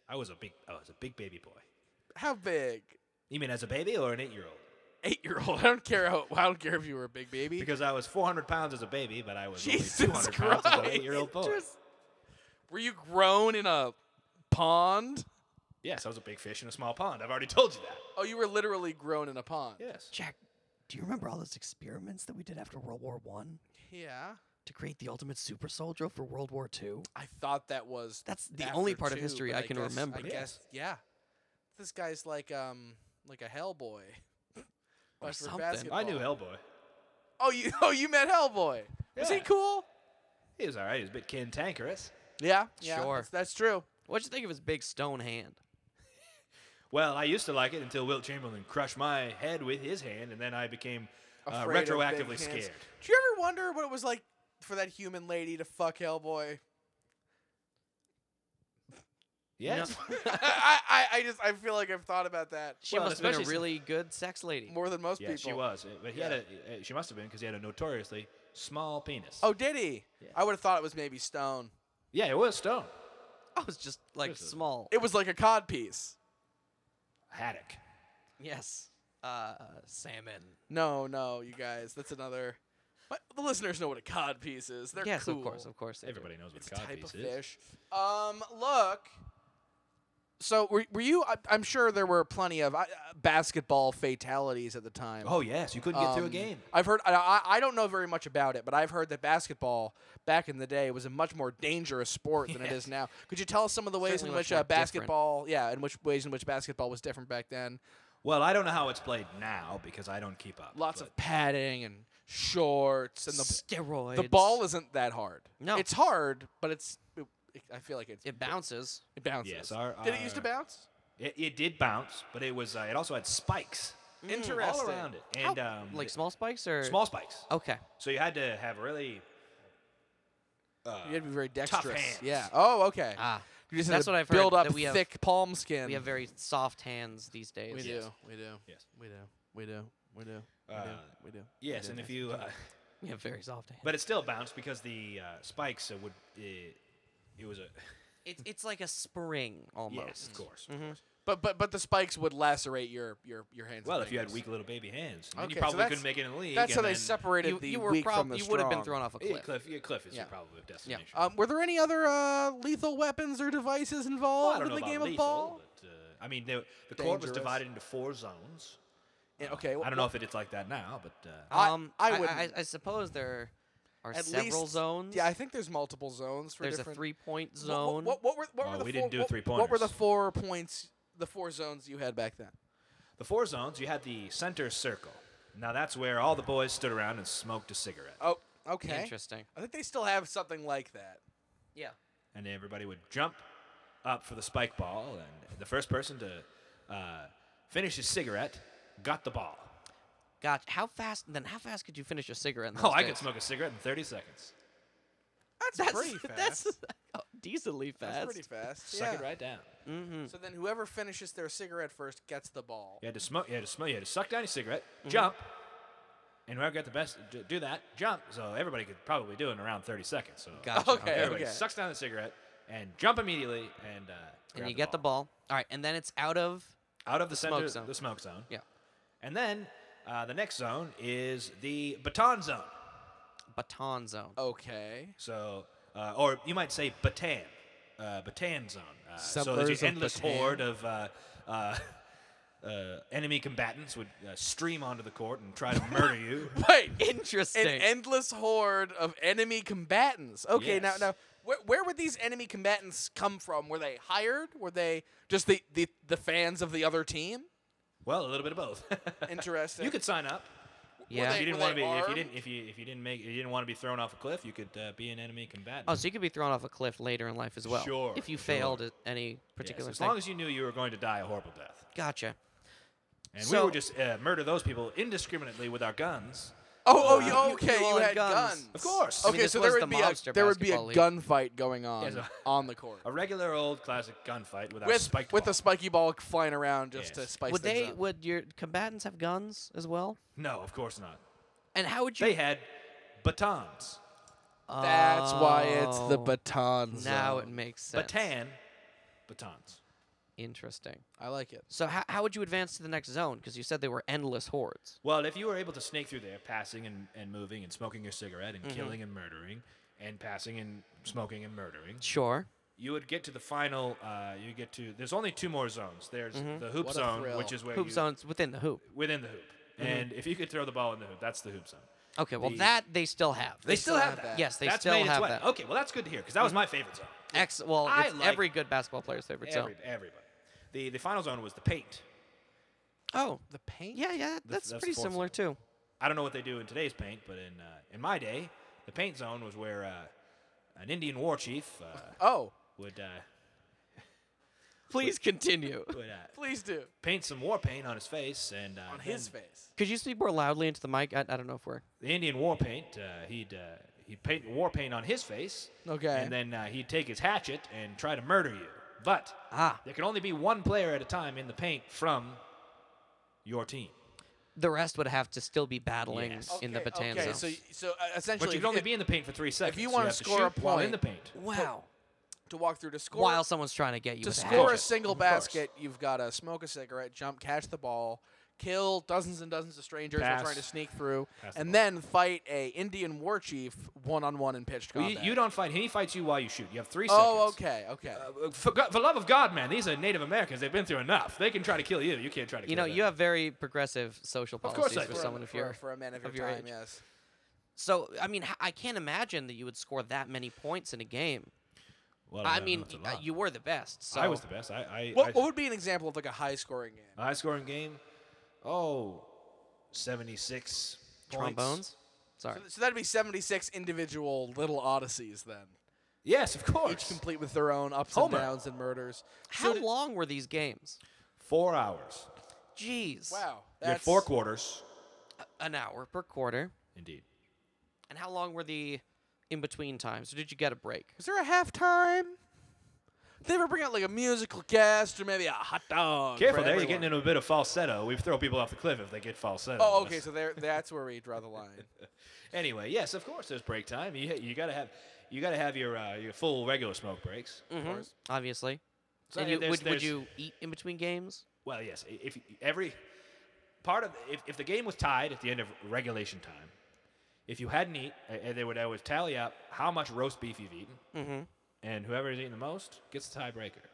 Speaker 3: I was a big I was a big baby boy.
Speaker 2: How big?
Speaker 3: You mean as a baby or an eight year old?
Speaker 2: Eight-year-old. I don't care how. I don't care if you were a big baby.
Speaker 3: Because I was 400 pounds as a baby, but I was
Speaker 2: Jesus
Speaker 3: only 200 pounds as
Speaker 2: Christ.
Speaker 3: an eight year old boy.
Speaker 2: Just- were you grown in a pond?
Speaker 3: Yes, I was a big fish in a small pond. I've already told you that.
Speaker 2: Oh, you were literally grown in a pond.
Speaker 3: Yes.
Speaker 1: Jack, do you remember all those experiments that we did after World War One
Speaker 2: Yeah.
Speaker 1: to create the ultimate super soldier for World War Two?
Speaker 2: I thought that was
Speaker 1: That's the only
Speaker 2: after
Speaker 1: part of
Speaker 2: two,
Speaker 1: history
Speaker 2: but
Speaker 1: I can
Speaker 2: guess-
Speaker 1: remember.
Speaker 2: I
Speaker 1: Yeah.
Speaker 2: guess yeah. This guy's like um like a Hellboy. But for
Speaker 1: something.
Speaker 3: I knew
Speaker 2: basketball.
Speaker 3: Hellboy.
Speaker 2: Oh, you oh you met Hellboy. Was he
Speaker 3: Yeah.
Speaker 2: cool?
Speaker 3: He was all right. He was a bit cantankerous.
Speaker 2: Yeah. yeah
Speaker 1: Sure.
Speaker 2: That's, that's true.
Speaker 1: What'd you think of his big stone hand?
Speaker 3: Well, I used to like it until Wilt Chamberlain crushed my head with his hand, and then I became uh,
Speaker 2: Afraid of big
Speaker 3: retroactively
Speaker 2: hands.
Speaker 3: scared.
Speaker 2: Do you ever wonder what it was like for that human lady to fuck Hellboy?
Speaker 3: Yes.
Speaker 2: I, I I just I feel like I've thought about that
Speaker 1: She
Speaker 3: Well,
Speaker 1: must have been
Speaker 3: especially
Speaker 1: a
Speaker 3: since-
Speaker 1: really good sex lady.
Speaker 2: more than most
Speaker 3: Yeah,
Speaker 2: people.
Speaker 3: she was. Uh, But he had
Speaker 2: Yeah.
Speaker 3: a. uh, She must have been because he had a notoriously small penis.
Speaker 2: Oh, did he?
Speaker 3: Yeah.
Speaker 2: I would have thought it was maybe Stone.
Speaker 3: yeah, it was stone.
Speaker 1: I was just like
Speaker 3: There's a-
Speaker 1: small.
Speaker 2: It was like a cod piece.
Speaker 3: Haddock.
Speaker 1: yes. Uh, salmon.
Speaker 2: No, no, you guys, that's another. But the listeners know what a cod piece is. They're
Speaker 1: yes,
Speaker 2: cool.
Speaker 1: of course, of course. they do.
Speaker 3: Everybody knows what
Speaker 2: It's
Speaker 3: a
Speaker 2: a
Speaker 3: cod
Speaker 2: type of
Speaker 3: piece is.
Speaker 2: fish. Um, look. So were, were you? I, I'm sure there were plenty of uh, basketball fatalities at the time.
Speaker 3: Oh yes, you couldn't get through a
Speaker 2: Um,
Speaker 3: game.
Speaker 2: I've heard. I, I- I don't know very much about it, but I've heard that basketball back in the day was a much more dangerous sport than it is now. Could you tell us some of the ways
Speaker 1: Certainly
Speaker 2: in
Speaker 1: much
Speaker 2: which
Speaker 1: more
Speaker 2: uh,
Speaker 1: different.
Speaker 2: basketball? Yeah, in which ways in which basketball was different back then?
Speaker 3: Well, I don't know how it's played now because I don't keep up.
Speaker 2: Lots
Speaker 3: but-
Speaker 2: of padding and shorts, and the
Speaker 1: steroids.
Speaker 2: the ball isn't that hard.
Speaker 1: No.
Speaker 2: it's hard, but it's. It, I feel like it's, it,
Speaker 1: It bounces.
Speaker 2: bounces.
Speaker 3: Yes, our-
Speaker 2: Did it used to
Speaker 3: our-
Speaker 2: bounce?
Speaker 3: It, it did bounce, but it was uh, it also had spikes
Speaker 2: Mm, Interesting.
Speaker 3: all around it, and
Speaker 1: How-
Speaker 3: um,
Speaker 1: like small spikes or
Speaker 3: small spikes.
Speaker 2: Oh.
Speaker 1: Okay.
Speaker 3: So you had to have really uh,
Speaker 2: You had to be very dexterous.
Speaker 3: hands.
Speaker 2: Yeah. Oh, okay.
Speaker 1: Ah,
Speaker 2: you just
Speaker 1: that's
Speaker 2: had to
Speaker 1: what I've heard,
Speaker 2: build up
Speaker 1: that we have-
Speaker 2: thick palm skin.
Speaker 1: we have very soft hands these days.
Speaker 2: We
Speaker 3: Yes.
Speaker 2: do. We do.
Speaker 3: Yes.
Speaker 2: We do. We do. We do. We do.
Speaker 3: Uh,
Speaker 2: We do.
Speaker 3: yes, and if you uh,
Speaker 1: We have very soft hands.
Speaker 3: but it still bounced because the uh, spikes uh, would it, it was a
Speaker 1: it's it's like a spring almost.
Speaker 3: yes of course.
Speaker 2: Mm-hmm. But but but the spikes would lacerate your your your hands. and
Speaker 3: Well, if you had
Speaker 2: fingers.
Speaker 3: weak little baby hands, then
Speaker 2: Okay,
Speaker 3: you
Speaker 2: so
Speaker 3: probably
Speaker 2: that's-
Speaker 3: couldn't make it in the league.
Speaker 2: That's how
Speaker 3: and
Speaker 2: they
Speaker 3: then-
Speaker 2: separated
Speaker 1: You,
Speaker 2: the
Speaker 1: you were
Speaker 2: weak
Speaker 1: prob-
Speaker 2: from the
Speaker 1: you
Speaker 2: strong.
Speaker 1: would have been thrown off a
Speaker 3: Yeah,
Speaker 1: cliff.
Speaker 3: Cliff, yeah, Cliff is
Speaker 2: Yeah.
Speaker 3: your probably destination.
Speaker 2: Um, were there any other uh, lethal weapons or devices
Speaker 3: Well, I
Speaker 2: involved
Speaker 3: don't
Speaker 2: in
Speaker 3: know
Speaker 2: the
Speaker 3: about
Speaker 2: game of
Speaker 3: lethal,
Speaker 2: ball?
Speaker 3: But, uh, I mean, the, the court was
Speaker 2: Dangerous.
Speaker 3: divided into four zones.
Speaker 2: Yeah, okay.
Speaker 3: I
Speaker 2: well,
Speaker 3: don't know if it, it's like that now, but uh,
Speaker 2: I-
Speaker 1: um,
Speaker 2: I
Speaker 1: I, I, I,
Speaker 2: wouldn't.
Speaker 1: suppose there are
Speaker 2: At
Speaker 1: several
Speaker 2: least-
Speaker 1: zones.
Speaker 2: Yeah, I think there's multiple zones for
Speaker 1: There's a
Speaker 2: different.
Speaker 1: three-point
Speaker 2: Wha- wha-
Speaker 1: zone.
Speaker 2: What, what, were what
Speaker 3: Oh,
Speaker 2: were the
Speaker 3: we
Speaker 2: four,
Speaker 3: didn't do
Speaker 2: what-
Speaker 3: three
Speaker 2: What were the
Speaker 3: pointers.
Speaker 2: four points? The four zones you had back then.
Speaker 3: The four zones, you had the center circle. Now that's where all the boys stood around and smoked a cigarette.
Speaker 2: Oh, okay.
Speaker 1: Interesting.
Speaker 2: I think they still have something like that.
Speaker 1: Yeah.
Speaker 3: And everybody would jump up for the spike ball, and the first person to uh, finish his cigarette got the ball.
Speaker 1: Gotcha. How fast? Then how fast could you finish a cigarette? In
Speaker 3: Oh,
Speaker 1: those
Speaker 3: I
Speaker 1: days?
Speaker 3: could smoke a cigarette in 30 seconds.
Speaker 2: That's, pretty fast.
Speaker 1: That's oh, decently fast.
Speaker 2: That's pretty fast.
Speaker 3: Suck it
Speaker 2: yeah.
Speaker 3: right down.
Speaker 1: Mm-hmm.
Speaker 2: So then whoever finishes their cigarette first gets the ball.
Speaker 3: You had to smoke. You had to smoke. You had to suck down your cigarette,
Speaker 1: Mm-hmm.
Speaker 3: jump, and whoever got the best d- do that jump. So everybody could probably do it in around 30 seconds. So
Speaker 1: Gotcha.
Speaker 2: Okay,
Speaker 3: everybody
Speaker 2: okay.
Speaker 3: sucks down the cigarette and jump immediately, and uh,
Speaker 1: And
Speaker 3: grab
Speaker 1: you get the ball. All right, and then it's out of.
Speaker 3: out of the center,
Speaker 1: smoke zone.
Speaker 3: the smoke zone.
Speaker 1: Yeah.
Speaker 3: And then uh, the next zone is the baton zone.
Speaker 1: Baton zone.
Speaker 2: Oh, Okay.
Speaker 3: So, uh, or you might say Batan, uh, Batan zone. Uh, so there's
Speaker 1: Settlers
Speaker 3: this
Speaker 1: of
Speaker 3: endless
Speaker 1: Bataan.
Speaker 3: horde of uh, uh, uh, enemy combatants would uh, stream onto the court and try to murder you.
Speaker 2: Wait.
Speaker 1: Interesting.
Speaker 2: An endless horde of enemy combatants. Okay, now
Speaker 3: Yes.
Speaker 2: now where, where would these enemy combatants come from? Were they hired? Were they just the, the, the fans of the other team?
Speaker 3: Well, a little bit of both.
Speaker 2: Interesting.
Speaker 3: you could sign up
Speaker 1: yeah.
Speaker 2: they-
Speaker 3: if you didn't
Speaker 2: were
Speaker 3: want to be. If you
Speaker 2: armed?
Speaker 3: didn't. If you if you didn't make. If you didn't want to be thrown off a cliff. You could uh, be an enemy combatant.
Speaker 1: oh, so you could be thrown off a cliff later in life as well.
Speaker 3: Sure,
Speaker 1: If you
Speaker 3: sure.
Speaker 1: failed at any
Speaker 3: Yes,
Speaker 1: particular
Speaker 3: as
Speaker 1: thing.
Speaker 3: long as you knew you were going to die a horrible death,
Speaker 1: gotcha.
Speaker 3: and we
Speaker 1: So-
Speaker 3: would just uh, murder those people indiscriminately with our guns.
Speaker 2: Oh, oh,
Speaker 1: Uh,
Speaker 2: you,
Speaker 1: you-
Speaker 2: okay.
Speaker 1: you
Speaker 2: You,
Speaker 1: all had
Speaker 2: had
Speaker 1: guns.
Speaker 2: guns.
Speaker 3: Of course.
Speaker 1: I mean,
Speaker 2: Okay,
Speaker 1: this
Speaker 2: so there
Speaker 1: was
Speaker 2: would
Speaker 1: the
Speaker 2: be a
Speaker 1: mobster
Speaker 2: there would be a
Speaker 1: basketball league.
Speaker 2: gunfight going on
Speaker 3: Yes, uh,
Speaker 2: on the court
Speaker 3: A regular old classic gunfight without
Speaker 2: with
Speaker 3: spiked
Speaker 2: with
Speaker 3: ball.
Speaker 2: a spiky ball flying around just to
Speaker 3: Yes.
Speaker 2: spice
Speaker 1: Would
Speaker 2: things
Speaker 1: they?
Speaker 2: up.
Speaker 1: Would your combatants have guns as well?
Speaker 3: no, of course not.
Speaker 1: And how would you?
Speaker 3: They had batons.
Speaker 2: That's why it's the
Speaker 1: Oh,
Speaker 2: baton zone.
Speaker 1: Now it makes sense.
Speaker 3: Batan. Batons.
Speaker 1: Interesting.
Speaker 2: I like it.
Speaker 1: So how, how would you advance to the next zone? Because you said they were endless hordes.
Speaker 3: Well, if you were able to snake through there, passing and, and moving and smoking your cigarette
Speaker 2: Mm-hmm.
Speaker 3: and killing and murdering and passing and smoking and murdering,
Speaker 1: Sure.
Speaker 3: you would get to the final. Uh, you get to. There's only two more zones. There's the
Speaker 2: Mm-hmm.
Speaker 3: hoop
Speaker 2: What a
Speaker 3: zone,
Speaker 2: thrill. Mm-hmm.
Speaker 3: which is where
Speaker 1: Hoop
Speaker 3: you,
Speaker 1: zones within the hoop.
Speaker 3: within the hoop. And if you could throw the ball in the hoop, that's the hoop zone.
Speaker 1: Okay, well
Speaker 3: The-
Speaker 1: that they still have.
Speaker 3: They, still, have that.
Speaker 1: Yes, they
Speaker 3: that's
Speaker 1: still
Speaker 3: made its
Speaker 1: have
Speaker 3: way.
Speaker 1: that.
Speaker 3: Okay, well that's good to hear because that was
Speaker 2: Mm-hmm.
Speaker 3: my favorite zone.
Speaker 1: Ex- well,
Speaker 3: I
Speaker 1: it's
Speaker 3: like-
Speaker 1: every good basketball player's favorite
Speaker 3: Every,
Speaker 1: zone.
Speaker 3: everybody. The the final zone was the paint.
Speaker 1: Oh,
Speaker 2: The paint.
Speaker 1: yeah, yeah, that's,
Speaker 3: that's
Speaker 1: pretty
Speaker 3: the fourth
Speaker 1: similar too.
Speaker 3: I don't know what they do in today's paint, but in uh, in my day, the paint zone was where uh, an Indian war chief uh,
Speaker 2: Oh,
Speaker 3: would uh,
Speaker 1: Please continue.
Speaker 3: would uh,
Speaker 2: please do.
Speaker 3: paint some war paint on his face, and uh,
Speaker 2: On his
Speaker 3: then
Speaker 2: face.
Speaker 1: Could you speak more loudly into the mic? I, I don't know if we're.
Speaker 3: the Indian war paint, uh, he'd uh, he'd paint war paint on his face,
Speaker 2: Okay.
Speaker 3: and then uh, he'd take his hatchet and try to murder you. But
Speaker 1: Ah,
Speaker 3: there can only be one player at a time in the paint from your team.
Speaker 1: the rest would have to still be battling
Speaker 3: Yes.
Speaker 1: in the Batanza.
Speaker 2: Okay, so y- so uh, essentially,
Speaker 3: But you
Speaker 2: if-
Speaker 3: can only
Speaker 2: if-
Speaker 3: be in the paint for three seconds.
Speaker 2: you wanna
Speaker 3: have to
Speaker 2: score a
Speaker 3: shoot while in
Speaker 2: point-
Speaker 3: the paint,
Speaker 1: wow.
Speaker 2: to walk through to score
Speaker 1: While someone's trying to get you
Speaker 2: to
Speaker 1: with a
Speaker 2: score a
Speaker 1: hatchet.
Speaker 2: single
Speaker 3: Of course.
Speaker 2: basket, you've got to smoke a cigarette, jump, catch the ball, kill dozens and dozens of strangers who are trying to
Speaker 3: Pass.
Speaker 2: sneak through,
Speaker 3: Pass the
Speaker 2: and
Speaker 3: ball.
Speaker 2: then fight a Indian war chief one on one in pitched
Speaker 3: Well,
Speaker 2: combat.
Speaker 3: you, you don't fight. He fights you while you shoot. You have three seconds.
Speaker 2: Oh, okay, okay.
Speaker 3: Uh, For, go- for love of God, man, these are Native Americans. They've been through enough. They can try to kill you. You can't try to
Speaker 1: You know,
Speaker 3: kill
Speaker 1: you have very progressive social
Speaker 3: Of
Speaker 1: policies
Speaker 3: course I
Speaker 1: for
Speaker 3: do.
Speaker 2: a-
Speaker 1: someone if you're.
Speaker 2: for, for a man of,
Speaker 1: of
Speaker 2: your
Speaker 1: your
Speaker 2: time,
Speaker 1: age.
Speaker 2: yes.
Speaker 1: So I mean, h- I can't imagine that you would score that many points in a game.
Speaker 3: Well,
Speaker 1: I
Speaker 3: no,
Speaker 1: mean,
Speaker 3: Oh, that's a
Speaker 1: y-
Speaker 3: lot.
Speaker 1: you were the best. So
Speaker 3: I was the best. I, I,
Speaker 2: What,
Speaker 3: I
Speaker 2: what would be an example of like a high scoring game?
Speaker 3: a high scoring game. Oh, 76 points.
Speaker 1: trombones. Sorry.
Speaker 2: So, so that'd be 76 individual little odysseys then,
Speaker 3: Yes, of
Speaker 2: each
Speaker 3: course.
Speaker 2: complete with their own ups
Speaker 3: Homer.
Speaker 2: and downs and murders.
Speaker 1: How
Speaker 2: So did-
Speaker 1: long were these games?
Speaker 3: Four hours.
Speaker 1: Jeez.
Speaker 2: Wow,
Speaker 3: You had
Speaker 2: that's
Speaker 3: four quarters.
Speaker 1: An hour per quarter.
Speaker 3: Indeed.
Speaker 1: And how long were the in between times? Or did you get a break?
Speaker 2: Is there a halftime? They ever bring out like a musical guest or maybe a hot dog? for
Speaker 3: Careful there. You're
Speaker 2: everyone?
Speaker 3: getting into a bit of falsetto. We throw people off the cliff if they get falsetto.
Speaker 2: Oh,
Speaker 3: on
Speaker 2: okay.
Speaker 3: us.
Speaker 2: So there, that's where we draw the line.
Speaker 3: Anyway, yes, of course. There's break time. You you gotta have you gotta have your uh, your full regular smoke breaks.
Speaker 1: Mm-hmm.
Speaker 2: course.
Speaker 1: Obviously.
Speaker 3: So
Speaker 1: and
Speaker 3: yeah,
Speaker 1: you,
Speaker 3: there's-
Speaker 1: would, would
Speaker 3: there's-
Speaker 1: you eat in between games?
Speaker 3: Well, yes. i- If y- every part of if, if the game was tied at the end of regulation time, if you hadn't eaten, and they would always tally up how much roast beef you've eaten,
Speaker 1: Mm-hmm.
Speaker 3: and whoever is eating the most gets the tiebreaker.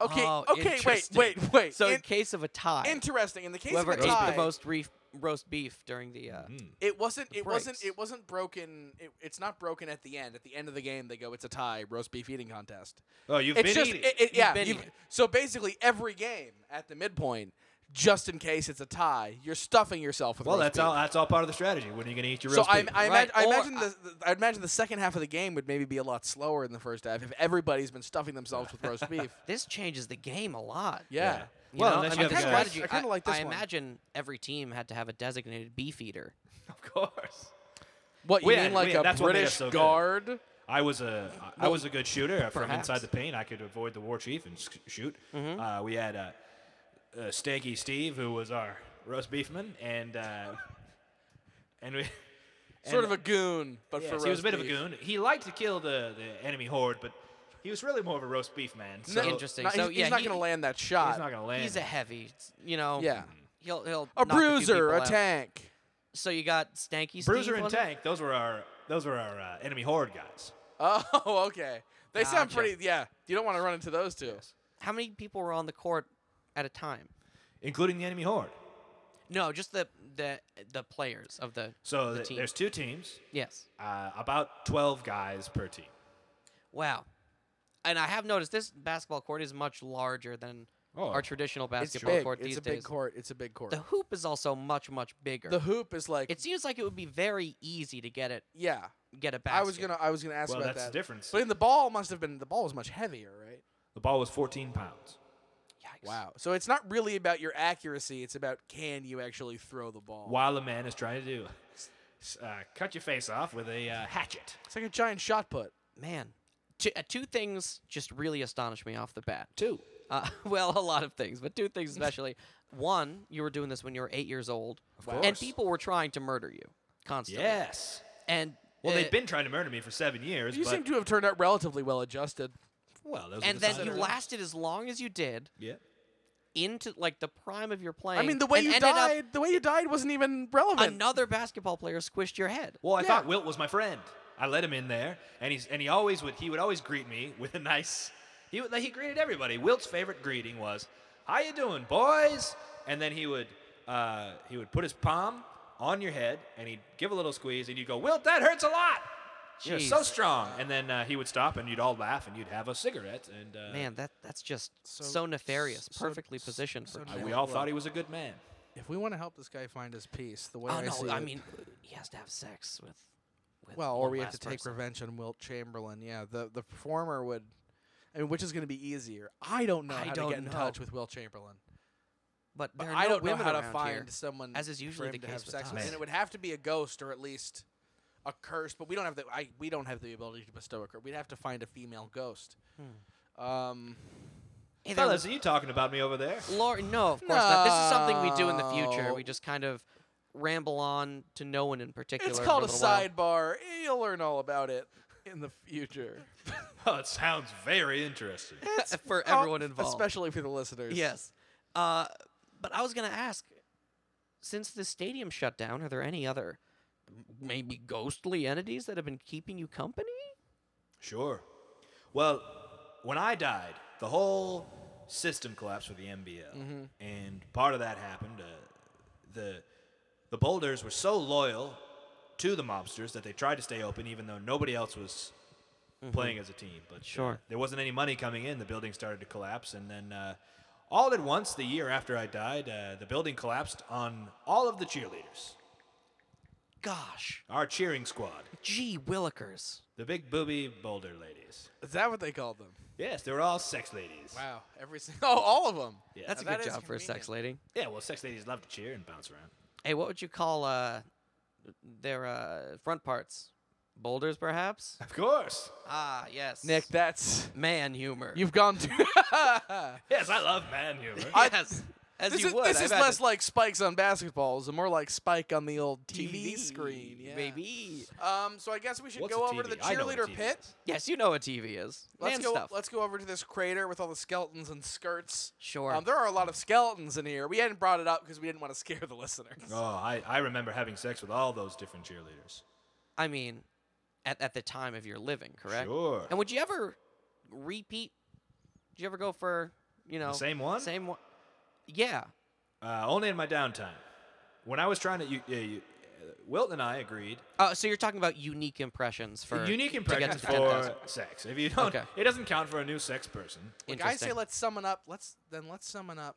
Speaker 2: Okay.
Speaker 3: Oh,
Speaker 2: okay. Wait. Wait. Wait.
Speaker 1: So in,
Speaker 2: In-
Speaker 1: case of a tie,
Speaker 2: interesting. In the case
Speaker 1: whoever
Speaker 2: of
Speaker 1: ate
Speaker 2: a tie,
Speaker 1: the most reef, roast beef during the. Uh,
Speaker 3: Mm-hmm.
Speaker 2: it wasn't. It wasn't.
Speaker 1: breaks.
Speaker 2: It wasn't broken. It, it's not broken at the end. At the end of the game, they go, "It's a tie, roast beef eating contest."
Speaker 3: Oh, you've
Speaker 2: it's
Speaker 3: been
Speaker 2: just.
Speaker 3: eating.
Speaker 2: It, it, yeah.
Speaker 1: been
Speaker 2: you've-
Speaker 1: eating.
Speaker 2: so basically, every game at the midpoint, just in case it's a tie, you're stuffing yourself with.
Speaker 3: well,
Speaker 2: roast
Speaker 3: that's
Speaker 2: beef.
Speaker 3: all. That's all part of the strategy. When are you going to eat your
Speaker 2: So
Speaker 3: roast
Speaker 2: I,
Speaker 3: beef?
Speaker 2: I,
Speaker 1: Right,
Speaker 2: imag- I
Speaker 1: or
Speaker 2: imagine
Speaker 1: I-
Speaker 2: the, the- I imagine the second half of the game would maybe be a lot slower than the first half if everybody's been stuffing themselves with roast beef.
Speaker 1: This changes the game a lot.
Speaker 2: Yeah.
Speaker 3: Yeah.
Speaker 1: You
Speaker 3: Well,
Speaker 1: know?
Speaker 3: unless
Speaker 1: I
Speaker 3: you
Speaker 1: mean,
Speaker 3: have
Speaker 1: the
Speaker 3: a
Speaker 2: kinda
Speaker 3: guy-
Speaker 2: like-
Speaker 1: strategy.
Speaker 2: I kinda like
Speaker 1: I-
Speaker 2: this
Speaker 1: I
Speaker 2: one.
Speaker 1: imagine every team had to have a designated beef eater.
Speaker 3: of course.
Speaker 2: What you
Speaker 3: We
Speaker 2: mean,
Speaker 3: had-
Speaker 2: like
Speaker 3: we had-
Speaker 2: a
Speaker 3: that's what made
Speaker 2: British
Speaker 3: us so good.
Speaker 2: guard?
Speaker 3: I was a I I was a good shooter uh, from inside
Speaker 1: perhaps.
Speaker 3: the paint. I could avoid the war chief and sk- shoot.
Speaker 2: Mm-hmm.
Speaker 3: Uh, we had uh, uh, Stanky Steve, who was our roast beefman, and uh, and we
Speaker 2: sort of
Speaker 3: and-
Speaker 2: a goon, but
Speaker 3: Yes,
Speaker 2: for
Speaker 3: he was a
Speaker 2: roast
Speaker 3: bit of a
Speaker 2: beef.
Speaker 3: goon. He liked to kill the, the enemy horde, but he was really more of a roast beef man. So
Speaker 2: No,
Speaker 1: Interesting.
Speaker 2: no,
Speaker 1: So,
Speaker 2: he's, he's
Speaker 1: yeah,
Speaker 2: not
Speaker 1: he-
Speaker 2: gonna land that shot.
Speaker 3: he's not gonna land.
Speaker 1: He's a heavy, s- you know.
Speaker 2: Yeah.
Speaker 1: He'll he'll
Speaker 2: a
Speaker 1: knock few
Speaker 2: bruiser,
Speaker 1: people
Speaker 2: a
Speaker 1: out.
Speaker 2: tank.
Speaker 1: So you got Stanky
Speaker 3: bruiser
Speaker 1: Steve
Speaker 3: and
Speaker 1: on it?
Speaker 3: tank. Those were our those were our uh, enemy horde guys.
Speaker 2: Oh, okay. They sound
Speaker 1: Gotcha.
Speaker 2: pretty. Yeah, you don't want to run into those two.
Speaker 1: How many people were on the court at a time?
Speaker 3: including the enemy horde.
Speaker 1: No, just the the the players of the
Speaker 3: So
Speaker 1: the
Speaker 3: th-
Speaker 1: team.
Speaker 3: there's two teams,
Speaker 1: yes.
Speaker 3: uh, about 12 guys per team.
Speaker 1: Wow. And I have noticed this basketball court is much larger than
Speaker 3: Oh,
Speaker 1: our traditional
Speaker 2: It's
Speaker 1: basketball
Speaker 2: big.
Speaker 1: court
Speaker 2: It's
Speaker 1: these
Speaker 2: a big
Speaker 1: days.
Speaker 2: court. It's a big court.
Speaker 1: The hoop is also much much bigger.
Speaker 2: The hoop is like
Speaker 1: it seems like it would be very easy to get it
Speaker 2: yeah.
Speaker 1: get it back.
Speaker 2: I was gonna I was gonna ask
Speaker 3: Well,
Speaker 2: about
Speaker 3: that's
Speaker 2: that.
Speaker 3: the difference.
Speaker 2: But then the ball must have been the ball was much heavier, right?
Speaker 3: The ball was 14 pounds.
Speaker 1: Yikes.
Speaker 2: Wow. So it's not really about your accuracy. It's about can you actually throw the ball?
Speaker 3: While a man is trying to do, s- uh, cut your face off with a uh, hatchet.
Speaker 2: It's like a giant shot put.
Speaker 1: Man, two, uh, two things just really astonished me off the bat.
Speaker 3: Two.
Speaker 1: Uh, well, a lot of things, but two things especially. One, you were doing this when you were eight years old, and
Speaker 2: course.
Speaker 1: people were trying to murder you constantly.
Speaker 3: Yes.
Speaker 1: And
Speaker 3: Well,
Speaker 1: uh,
Speaker 3: they've been trying to murder me for seven years,
Speaker 2: You
Speaker 3: but
Speaker 2: seem to have turned out relatively well adjusted.
Speaker 3: well, those were
Speaker 1: And
Speaker 3: the
Speaker 1: then
Speaker 3: signs
Speaker 1: you
Speaker 3: of-
Speaker 1: lasted as long as you did
Speaker 3: Yeah.
Speaker 1: into like the prime of your playing.
Speaker 2: I mean, the way
Speaker 1: and
Speaker 2: you
Speaker 1: ended up-
Speaker 2: died, the way you died wasn't even relevant.
Speaker 1: another basketball player squished your head.
Speaker 3: Well, I
Speaker 2: Yeah.
Speaker 3: thought Wilt was my friend. I let him in there, and he's and he always would he would always greet me with a nice. He would, he greeted everybody. Wilt's favorite greeting was, "How you doing, boys?" And then he would uh, he would put his palm on your head, and he'd give a little squeeze, and you'd go, "Wilt, that hurts a lot. You're so
Speaker 1: Jeez.
Speaker 3: strong." And then uh, he would stop, and you'd all laugh, and you'd have a cigarette, and uh,
Speaker 1: Man, that that's just so,
Speaker 2: So-
Speaker 1: nefarious.
Speaker 2: so-
Speaker 1: perfectly positioned for.
Speaker 2: so
Speaker 3: I-
Speaker 1: Kemba.
Speaker 3: we all thought he was a good man.
Speaker 2: if we want to help this guy find his peace, the way
Speaker 1: Oh
Speaker 2: I see
Speaker 1: no! I
Speaker 2: it-
Speaker 1: mean, he has to have sex with. with
Speaker 2: well, or
Speaker 1: one
Speaker 2: we have to
Speaker 1: last
Speaker 2: take
Speaker 1: person.
Speaker 2: revenge on Wilt Chamberlain. Yeah, the the performer would. I mean, which is going to be easier? I don't know
Speaker 1: I
Speaker 2: how
Speaker 1: don't
Speaker 2: to get in
Speaker 1: know.
Speaker 2: touch with Wilt Chamberlain.
Speaker 1: But,
Speaker 2: But
Speaker 1: there are
Speaker 2: I
Speaker 1: no
Speaker 2: don't know
Speaker 1: women
Speaker 2: how to
Speaker 1: around
Speaker 2: find
Speaker 1: here.
Speaker 2: someone
Speaker 1: as is usually
Speaker 2: for
Speaker 1: the
Speaker 2: him to
Speaker 1: case
Speaker 2: have
Speaker 1: with
Speaker 2: sex
Speaker 1: Tom.
Speaker 2: with,
Speaker 3: Man.
Speaker 2: and it would have to be a ghost or at least a curse. But we don't have the I, we don't have the ability to bestow a curse. We'd have to find a female ghost.
Speaker 1: Hmm.
Speaker 2: Um,
Speaker 1: Hey, there
Speaker 3: Fellas, are you talking about me over there?
Speaker 1: was- Lord, no, of course not. This is something we do in the future.
Speaker 2: No.
Speaker 1: We just kind of ramble on to no one in particular.
Speaker 2: it's
Speaker 1: for
Speaker 2: called a
Speaker 1: little while.
Speaker 2: sidebar. You'll learn all about it in the future.
Speaker 3: Oh, it sounds very interesting.
Speaker 1: for
Speaker 2: Oh,
Speaker 1: everyone involved.
Speaker 2: especially for the listeners.
Speaker 1: Yes. Uh, but I was going to ask since the stadium shut down, are there any other m- maybe ghostly entities that have been keeping you company?
Speaker 3: Sure. Well, when I died, the whole system collapsed for the NBL, and part of that happened. Uh, the The Boulders were so loyal to the mobsters that they tried to stay open, even though nobody else was playing as a team. But uh,
Speaker 1: Sure.
Speaker 3: there wasn't any money coming in. The building started to collapse, and then. Uh, all at once, the year after I died, uh, the building collapsed on all of the cheerleaders,
Speaker 1: Gosh.
Speaker 3: our cheering squad,
Speaker 1: Gee, Willikers.
Speaker 3: the big booby boulder ladies.
Speaker 2: Is that what they called them?
Speaker 3: Yes, they were all sex ladies.
Speaker 2: Wow. Every single. Oh, all of them.
Speaker 3: Yeah.
Speaker 1: That's a
Speaker 2: Now that
Speaker 1: good
Speaker 2: is
Speaker 1: job for a sex lady.
Speaker 3: Yeah, well, sex ladies love to cheer and bounce around.
Speaker 1: Hey, what would you call uh, their uh, front parts? Boulders, perhaps?
Speaker 3: Of course.
Speaker 1: ah, yes.
Speaker 2: Nick, that's
Speaker 1: Man humor.
Speaker 2: you've gone too.
Speaker 3: Yes, I love man humor.
Speaker 1: yes. As
Speaker 2: this
Speaker 1: you
Speaker 2: is,
Speaker 1: would.
Speaker 2: this
Speaker 1: I
Speaker 2: is
Speaker 1: imagine.
Speaker 2: less like spikes on basketballs and more like spike on the old TV,
Speaker 1: TV,
Speaker 2: screen. Yeah.
Speaker 1: Baby.
Speaker 2: Um. So I guess we should
Speaker 3: What's
Speaker 2: go
Speaker 3: a
Speaker 2: over to the
Speaker 3: TV? I know what a
Speaker 2: cheerleader
Speaker 3: TV
Speaker 2: pit.
Speaker 3: is.
Speaker 1: Yes, you know what TV is.
Speaker 2: Let's
Speaker 1: Man
Speaker 2: go.
Speaker 1: stuff.
Speaker 2: Let's go over to this crater with all the skeletons and skirts.
Speaker 1: Sure.
Speaker 2: Um, there are a lot of skeletons in here. We hadn't brought it up because we didn't want to scare the listeners.
Speaker 3: Oh, I, I remember having sex with all those different cheerleaders.
Speaker 1: I mean, at, at the time of your living, correct?
Speaker 3: Sure.
Speaker 1: And would you ever repeat? Did you ever go for, you know,
Speaker 3: same one?
Speaker 1: Same one. Yeah.
Speaker 3: Uh, only in my downtime. When I was trying to, you, uh, you, uh, Wilt and I agreed
Speaker 1: Uh, so you're talking about unique impressions for
Speaker 3: unique
Speaker 1: to get
Speaker 3: impressions
Speaker 1: to 10,000.
Speaker 3: for sex. If you don't,
Speaker 1: Okay.
Speaker 3: it doesn't count for a new sex person.
Speaker 2: Like I say,
Speaker 1: Interesting.
Speaker 2: let's summon up. Let's then let's summon up.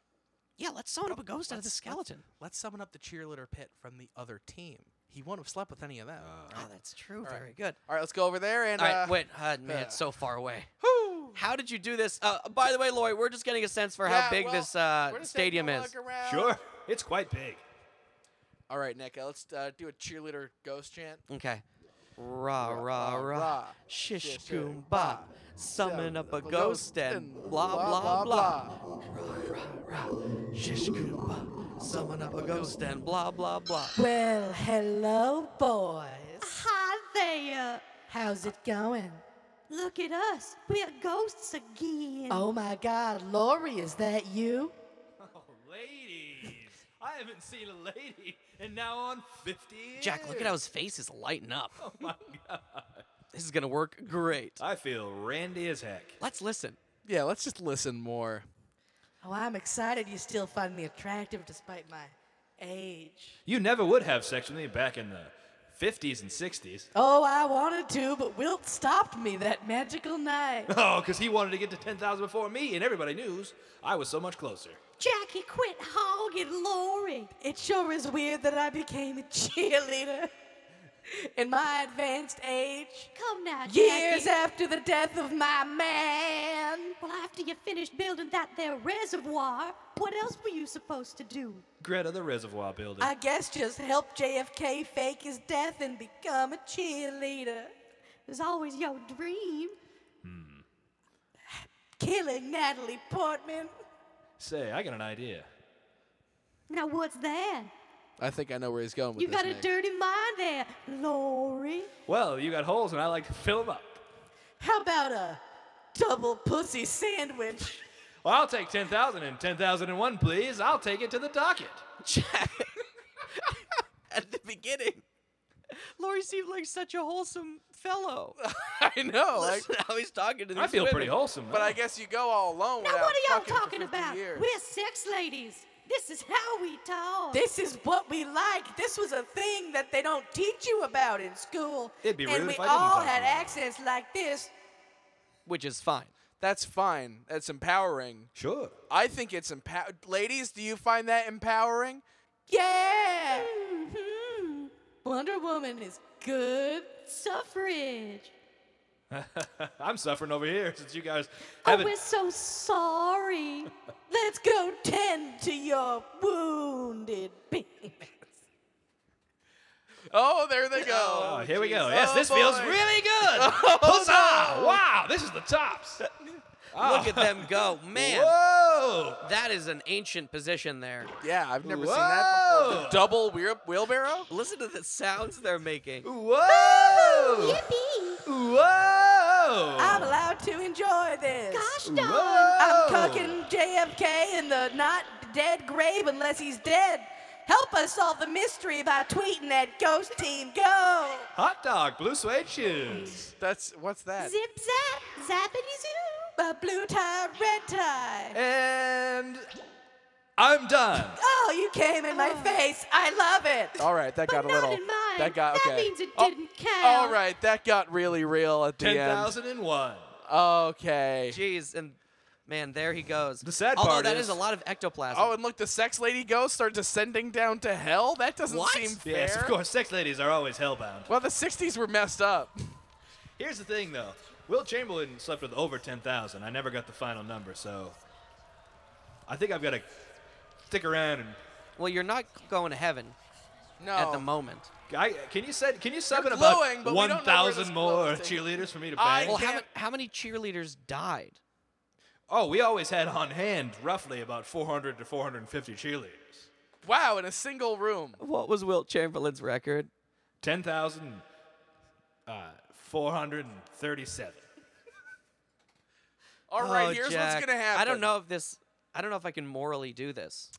Speaker 1: Yeah, let's summon up a ghost out of the
Speaker 2: let's-
Speaker 1: skeleton.
Speaker 2: Let's summon up the cheerleader pit from the other team. He won't have slept with any of them.
Speaker 3: Uh.
Speaker 1: Oh, that's true.
Speaker 2: right.
Speaker 1: Very good.
Speaker 2: All right, let's go over there and.
Speaker 1: All
Speaker 2: uh,
Speaker 1: right, wait. Uh, man, it's so far away. How did you do this? Uh, by the way, Lori, we're just getting a sense for how
Speaker 2: Yeah,
Speaker 1: big
Speaker 2: well,
Speaker 1: this uh,
Speaker 2: we're just taking
Speaker 1: stadium
Speaker 2: a
Speaker 1: is.
Speaker 2: look around.
Speaker 3: Sure. It's quite big.
Speaker 2: All right, Nick, uh, let's uh, do a cheerleader ghost chant.
Speaker 1: Okay. Rah, rah,
Speaker 2: rah,
Speaker 1: rah.
Speaker 2: rah.
Speaker 1: Shish,
Speaker 2: Shish,
Speaker 1: goomba.
Speaker 2: goomba.
Speaker 1: Summon
Speaker 2: Summon
Speaker 1: up a
Speaker 2: up a
Speaker 1: ghost
Speaker 2: ghost
Speaker 1: and blah,
Speaker 2: and blah,
Speaker 1: blah,
Speaker 2: blah,
Speaker 1: blah. Rah, rah, rah. Shish, goomba. Summon up a ghost and blah, blah, blah.
Speaker 4: Well, hello, boys.
Speaker 5: Hi there.
Speaker 4: How's it going?
Speaker 5: Look at us. We're ghosts again.
Speaker 4: Oh my God, Lori, is that you?
Speaker 3: Oh, ladies. I haven't seen a lady and now on 50.
Speaker 1: Jack, look at
Speaker 3: years.
Speaker 1: how his face is lighting up. Oh, my God. This is going to work great.
Speaker 3: I feel randy as heck.
Speaker 1: Let's listen.
Speaker 2: Yeah, let's just listen more.
Speaker 4: Oh, I'm excited you still find me attractive despite my age.
Speaker 3: You never would have sex with me back in the 50s and 60s.
Speaker 4: Oh, I wanted to, but Wilt stopped me that magical night.
Speaker 3: Oh, because he wanted to get to 10,000 before me, and everybody knew I was so much closer.
Speaker 5: Jackie, quit hogging Lori.
Speaker 4: It sure is weird that I became a cheerleader in my advanced age,
Speaker 5: Come now,
Speaker 4: years
Speaker 5: Jackie.
Speaker 4: after the death of my man.
Speaker 5: Well, after you finished building that there reservoir, what else were you supposed to do?
Speaker 3: Greta the Reservoir Building.
Speaker 4: I guess just help JFK fake his death and become a cheerleader.
Speaker 5: It was always your dream.
Speaker 4: Killing Natalie Portman.
Speaker 3: Say, I got an idea.
Speaker 5: Now what's that?
Speaker 2: I think I know where he's going with
Speaker 5: You
Speaker 2: this.
Speaker 5: got a
Speaker 2: Nick.
Speaker 5: dirty mind there, Lori.
Speaker 3: Well, you got holes, and I like to fill them up.
Speaker 4: How about a double pussy sandwich?
Speaker 3: Well, I'll take 10,000 and 10,001, please. I'll take it to the docket.
Speaker 1: Jack. At the beginning, Lori seemed like such a wholesome fellow.
Speaker 2: I know. Like,
Speaker 1: Listen how he's talking to these
Speaker 3: I feel pretty
Speaker 1: women.
Speaker 3: wholesome.
Speaker 2: but
Speaker 3: now.
Speaker 2: I guess you go all alone.
Speaker 5: Now
Speaker 2: without
Speaker 5: what are y'all
Speaker 2: fucking for
Speaker 5: talking
Speaker 2: 50
Speaker 5: about?
Speaker 2: years.
Speaker 5: We're sex ladies. This is how we talk.
Speaker 4: This is what we like. This was a thing that they don't teach you about in school.
Speaker 3: It'd be
Speaker 4: and
Speaker 3: rude
Speaker 4: we
Speaker 3: if I didn't
Speaker 4: all
Speaker 3: talk
Speaker 4: had
Speaker 3: about it.
Speaker 4: access like this.
Speaker 1: Which is fine.
Speaker 2: That's fine. That's empowering.
Speaker 3: Sure.
Speaker 2: I think it's empower. Ladies, do you find that empowering?
Speaker 4: Yeah.
Speaker 5: Mm-hmm.
Speaker 4: Wonder Woman is good.
Speaker 5: Suffrage.
Speaker 3: I'm suffering over here since you guys
Speaker 5: Oh,
Speaker 3: haven't.
Speaker 5: we're so sorry.
Speaker 4: Let's go tend to your wounded being.
Speaker 2: Oh, there they go.
Speaker 3: Oh, here we go. Yes,
Speaker 2: Oh,
Speaker 3: this feels
Speaker 2: boy. Oh,
Speaker 3: really good. Huzzah! Wow, this is the tops.
Speaker 2: Ah.
Speaker 1: Look at them go. Man,
Speaker 3: Whoa!
Speaker 1: that is an ancient position there.
Speaker 2: Yeah, I've never seen that before. The
Speaker 3: Whoa.
Speaker 2: double wheel- wheelbarrow?
Speaker 1: Listen to the sounds they're making.
Speaker 3: Whoa!
Speaker 5: Yippee.
Speaker 3: Whoa!
Speaker 2: Ah,
Speaker 4: I'm allowed to enjoy this.
Speaker 5: Gosh
Speaker 3: Whoa!
Speaker 5: darn.
Speaker 4: I'm cucking JFK in the not dead grave unless he's dead. Help us solve the mystery by tweeting at Ghost Team Go.
Speaker 3: Hot dog, blue suede shoes.
Speaker 2: That's what's that?
Speaker 5: Zip zap, zappity zoo.
Speaker 4: By blue tie, red tie.
Speaker 3: And I'm done.
Speaker 4: Oh, you came in my face. I love it.
Speaker 2: All right, that
Speaker 5: But
Speaker 2: got a little.
Speaker 5: not in mine.
Speaker 2: That got okay.
Speaker 5: That means it
Speaker 2: Oh,
Speaker 5: didn't count.
Speaker 2: All right, that got really real at the end.
Speaker 3: 10,001.
Speaker 2: Okay.
Speaker 1: Jeez, and man, there he goes. The
Speaker 3: sad
Speaker 1: Although
Speaker 3: part
Speaker 1: that is,
Speaker 3: is-
Speaker 1: a lot of ectoplasm.
Speaker 2: Oh, and look, the sex lady ghosts are descending down to hell. That doesn't
Speaker 1: What?
Speaker 2: seem fair.
Speaker 3: Yes, of course, sex ladies are always hellbound.
Speaker 2: Well, the '60s were messed up.
Speaker 3: Here's the thing, though. Will Chamberlain slept with over 10,000. I never got the final number, so I think I've got to stick around and.
Speaker 1: well, you're not going to heaven
Speaker 2: No.
Speaker 1: at the moment.
Speaker 3: I, can you send? Can you sub in
Speaker 2: They're
Speaker 3: about
Speaker 2: glowing, but we don't know where this
Speaker 3: 1,000 more
Speaker 2: glow's taking-
Speaker 3: cheerleaders for me to
Speaker 2: I
Speaker 3: bang?
Speaker 1: Well, how,
Speaker 2: can't-
Speaker 1: ma- how many cheerleaders died?
Speaker 3: Oh, we always had on hand roughly about 400 to 450 cheerleaders.
Speaker 2: wow, in a single room.
Speaker 1: What was Wilt Chamberlain's record?
Speaker 3: uh, 10,437.
Speaker 2: All right, here's what's gonna happen.
Speaker 1: Oh, I don't know if this. I don't know if I can morally do this.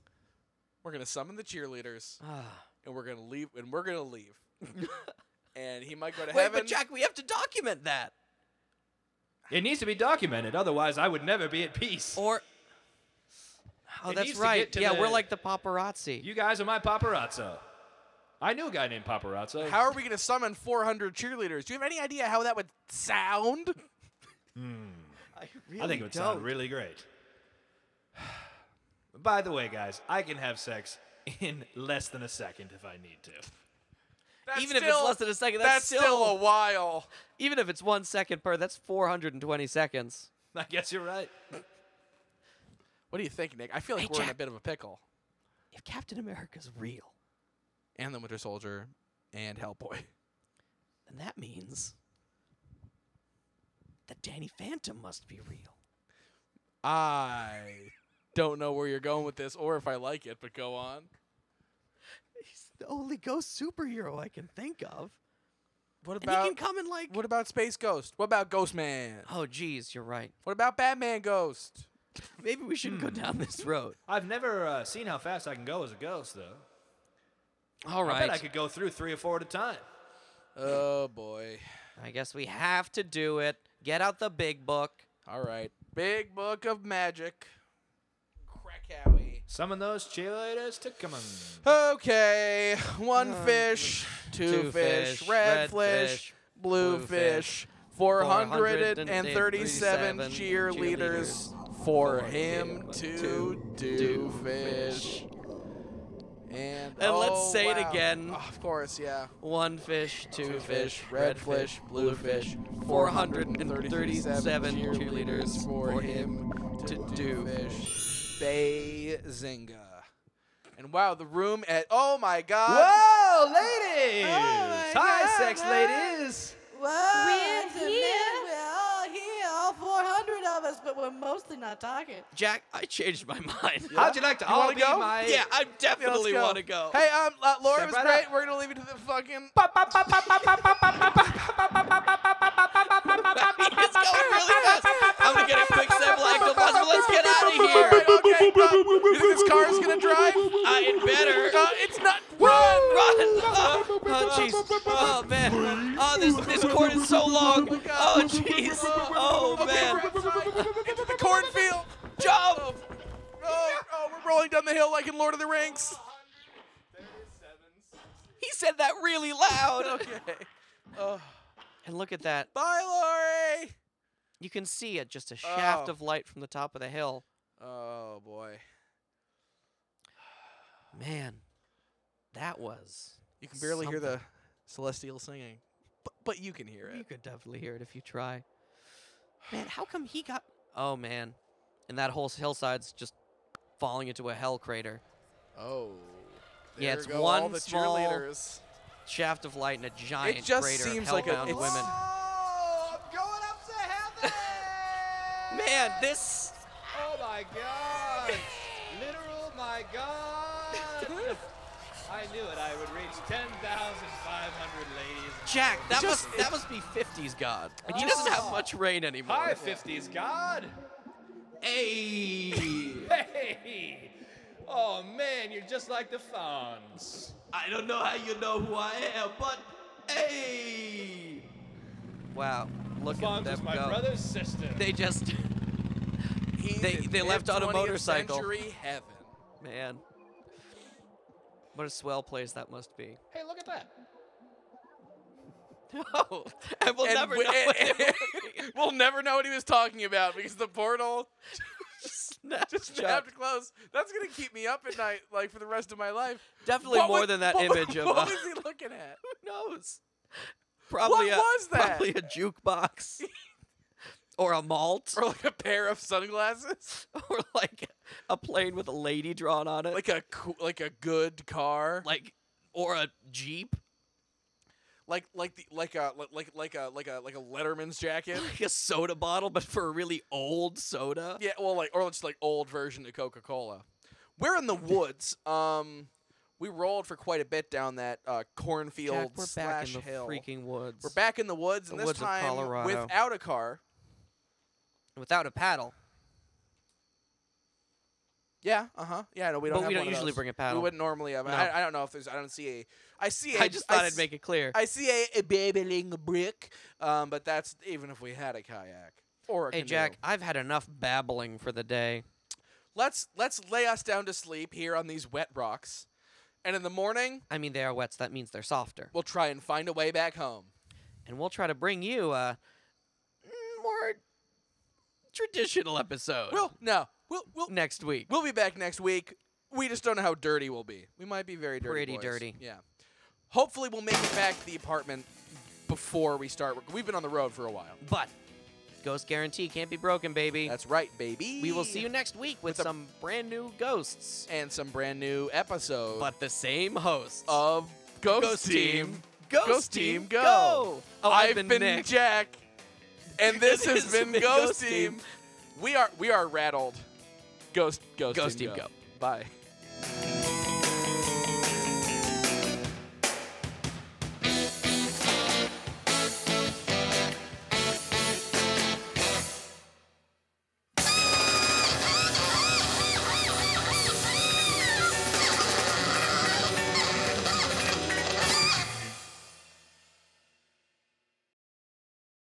Speaker 2: We're gonna summon the cheerleaders,
Speaker 1: Ah.
Speaker 2: and we're gonna leave, and we're gonna leave. and he might go to
Speaker 1: Wait,
Speaker 2: heaven.
Speaker 1: but Jack, we have to document that.
Speaker 3: It needs to be documented, otherwise I would never be at peace.
Speaker 1: Or oh,
Speaker 3: It
Speaker 1: that's
Speaker 3: needs to
Speaker 1: right.
Speaker 3: get to
Speaker 1: yeah, we're
Speaker 3: the-
Speaker 1: like the paparazzi.
Speaker 3: You guys are my paparazzo. I knew a guy named paparazzo.
Speaker 2: How are we gonna summon 400 cheerleaders? Do you have any idea how that would sound?
Speaker 3: I think it would sound really great. By the way, guys, I can have sex in less than a second if I need to.
Speaker 2: That's
Speaker 1: Even if it's
Speaker 2: still-
Speaker 1: less than a second, that's
Speaker 2: That's still a
Speaker 1: still-
Speaker 2: while.
Speaker 1: Even if it's one second per, that's 420 seconds.
Speaker 3: I guess you're right.
Speaker 2: What do you think, Nick? I feel like
Speaker 1: Hey,
Speaker 2: we're in a
Speaker 1: Jack.
Speaker 2: bit of a pickle.
Speaker 1: If Captain America's real,
Speaker 2: And the Winter Soldier, and Hellboy.
Speaker 1: Then that means that Danny Phantom must be real.
Speaker 2: I don't know where you're going with this or if I like it, but go on.
Speaker 1: He's the only ghost superhero I can think of.
Speaker 2: What
Speaker 1: And he
Speaker 2: about
Speaker 1: can come and like.
Speaker 2: what about Space Ghost? What about Ghost Man?
Speaker 1: Oh, geez, you're right. Hmm.
Speaker 2: What about Batman Ghost?
Speaker 1: Maybe we shouldn't go down this road.
Speaker 3: I've never uh, seen how fast I can go as a ghost, though.
Speaker 1: All
Speaker 3: I
Speaker 1: right.
Speaker 3: bet I could go through three or four at a time.
Speaker 2: Oh boy.
Speaker 1: I guess we have to do it. Get out the big book.
Speaker 2: All right. Big Book of Magic. Krakowee.
Speaker 3: Summon those cheerleaders to come on.
Speaker 2: Okay, one fish, Um, two,
Speaker 1: two
Speaker 2: fish,
Speaker 1: fish,
Speaker 2: red,
Speaker 1: red
Speaker 2: fish,
Speaker 1: fish,
Speaker 2: blue
Speaker 1: blue fish,
Speaker 2: fish,
Speaker 1: 437
Speaker 2: 437 cheerleaders for him to do fish. And,
Speaker 1: And let's
Speaker 2: oh,
Speaker 1: say it
Speaker 2: wow.
Speaker 1: again.
Speaker 2: Of course, yeah.
Speaker 1: One fish, two,
Speaker 2: Two
Speaker 1: fish,
Speaker 2: fish, red fish, blue fish, 437 cheerleaders for him to do fish. Bazinga. And wow, the room at. Oh my god!
Speaker 3: Whoa, ladies!
Speaker 4: my
Speaker 3: Hi,
Speaker 4: God,
Speaker 3: sex
Speaker 4: man.
Speaker 3: ladies!
Speaker 4: Whoa,
Speaker 5: We're
Speaker 4: it's a man,
Speaker 5: here.
Speaker 4: We're all here, all 400 of us, but we're mostly not talking.
Speaker 1: Jack, I changed my mind.
Speaker 3: How'd you like to
Speaker 2: You
Speaker 3: all
Speaker 2: wanna
Speaker 3: be
Speaker 2: go?
Speaker 3: my?
Speaker 1: Yeah, I definitely
Speaker 2: Let's
Speaker 1: want to go.
Speaker 2: Hey, um, uh, Laura
Speaker 3: Step
Speaker 2: was
Speaker 3: right
Speaker 2: great.
Speaker 3: up.
Speaker 2: We're gonna leave you to the fucking.
Speaker 1: it's going really fast. I'm gonna get a quick semolactobusma. Let's get out of
Speaker 2: All
Speaker 1: here.
Speaker 2: right, okay, uh, you think this car is gonna drive?
Speaker 1: I had better.
Speaker 2: Uh, it's not.
Speaker 1: Run!
Speaker 2: Run!
Speaker 1: Run! Oh, oh, jeez. Oh, man. Oh, this, this cord is so long. Oh, jeez. Oh,
Speaker 2: Okay,
Speaker 1: man.
Speaker 2: we're outside. Into the cornfield. Jump! Oh, oh, we're rolling down the hill like in Lord of the Rings.
Speaker 1: He said that really loud.
Speaker 2: Okay. Oh.
Speaker 1: And look at that.
Speaker 2: Bye, Lori.
Speaker 1: You can see it, just a shaft
Speaker 2: Oh.
Speaker 1: of light from the top of the hill.
Speaker 2: Oh boy.
Speaker 1: Man, that was.
Speaker 2: You can barely hear the
Speaker 1: Something.
Speaker 2: celestial singing, but but you can hear
Speaker 1: You
Speaker 2: it.
Speaker 1: could definitely hear it if you try. Man, how come he got. Oh, man. And that whole hillside's just falling into a hell crater.
Speaker 2: Oh.
Speaker 1: Yeah,
Speaker 2: There
Speaker 1: it's
Speaker 2: go all
Speaker 1: one
Speaker 2: the
Speaker 1: small
Speaker 2: cheerleaders.
Speaker 1: Shaft of light and a giant
Speaker 2: it just
Speaker 1: crater
Speaker 2: seems
Speaker 1: of
Speaker 2: like a
Speaker 1: hellbound
Speaker 2: it's,
Speaker 1: women.
Speaker 2: Oh, I'm going up to heaven.
Speaker 1: Man, this
Speaker 3: Oh my god! Literal my god! I knew it. I would reach 10,500 ladies.
Speaker 1: Jack, that
Speaker 2: just- Oh.
Speaker 1: must that must be 50s God. He doesn't have much rain anymore.
Speaker 3: Hi, 50s God!
Speaker 1: Hey,
Speaker 3: Hey! Oh man, you're just like the Fonz.
Speaker 1: I don't know how you know who I am, but hey. Wow, look at
Speaker 3: Fonz
Speaker 1: them
Speaker 3: is my
Speaker 1: go.
Speaker 3: brother's sister.
Speaker 1: They just
Speaker 2: He's
Speaker 1: They-
Speaker 2: in
Speaker 1: they left on a
Speaker 2: 20th
Speaker 1: motorcycle.
Speaker 2: Century heaven.
Speaker 1: man. What a swell place that must be.
Speaker 3: hey, look at that.
Speaker 1: Oh, and we'll
Speaker 2: And
Speaker 1: never
Speaker 2: we-
Speaker 1: know what
Speaker 2: and-
Speaker 1: it
Speaker 2: we'll never know what he was talking about because the portal
Speaker 1: snapped shut.
Speaker 2: snapped close. That's gonna keep me up at night, like for the rest of my life.
Speaker 1: Definitely
Speaker 2: What
Speaker 1: more
Speaker 2: was-
Speaker 1: than that
Speaker 2: what-
Speaker 1: image of.
Speaker 2: What
Speaker 1: uh,
Speaker 2: was he looking at?
Speaker 1: Who knows? Probably a,
Speaker 2: was that?
Speaker 1: Probably a jukebox. or a malt.
Speaker 2: Or like a pair of sunglasses,
Speaker 1: Or like a plane with a lady drawn on it.
Speaker 2: like a coo- like a good car,
Speaker 1: like or a jeep.
Speaker 2: like like the like a like like a like a like a Letterman's jacket.
Speaker 1: Like a soda bottle, but for a really old soda.
Speaker 2: Yeah, well, like or it's like old version of Coca Cola. We're in the woods. Um, we rolled for quite a bit down that uh, cornfield
Speaker 1: Jack, we're back
Speaker 2: slash
Speaker 1: in the
Speaker 2: hill.
Speaker 1: freaking woods.
Speaker 2: We're back in the woods, and
Speaker 1: The
Speaker 2: this
Speaker 1: woods of
Speaker 2: time
Speaker 1: Colorado.
Speaker 2: without a car.
Speaker 1: without a paddle.
Speaker 2: Yeah, uh huh. Yeah, no, we don't.
Speaker 1: But
Speaker 2: have
Speaker 1: we don't
Speaker 2: one of
Speaker 1: usually
Speaker 2: those.
Speaker 1: bring a paddle.
Speaker 2: We wouldn't normally have.
Speaker 1: No.
Speaker 2: I, I don't know if there's. I don't see a. I see. a-
Speaker 1: I just thought
Speaker 2: I
Speaker 1: I'd make it clear.
Speaker 2: I see a, a babbling brick. Um, but that's even if we had a kayak or a
Speaker 1: hey
Speaker 2: canoe.
Speaker 1: Jack, I've had enough babbling for the day.
Speaker 2: Let's let's lay us down to sleep here on these wet rocks, and in the morning
Speaker 1: I mean, they are wets. That means they're softer.
Speaker 2: we'll try and find a way back home.
Speaker 1: And we'll try to bring you a more traditional episode
Speaker 2: We'll no. We'll we'll
Speaker 1: next week.
Speaker 2: we'll be back next week. We just don't know how dirty we'll be. We might be very dirty.
Speaker 1: Pretty
Speaker 2: boys.
Speaker 1: dirty.
Speaker 2: Yeah. Hopefully we'll make it back to the apartment before we start. We've been on the road for a while.
Speaker 1: But ghost guarantee can't be broken, baby.
Speaker 2: That's right, baby.
Speaker 1: we will see you next week with,
Speaker 2: With a-
Speaker 1: some brand new ghosts,
Speaker 2: and some brand new episodes
Speaker 1: but the same hosts.
Speaker 2: of Ghost,
Speaker 1: Ghost
Speaker 2: Team.
Speaker 1: Team. Ghost,
Speaker 2: Ghost Team, go.
Speaker 1: Oh,
Speaker 2: I've,
Speaker 1: I've been,
Speaker 2: been
Speaker 1: Nick.
Speaker 2: Jack, and this has been Ghost Team.
Speaker 1: Team.
Speaker 2: We are we are rattled. Ghost Ghost,
Speaker 1: Ghost Team, go.
Speaker 2: Bye.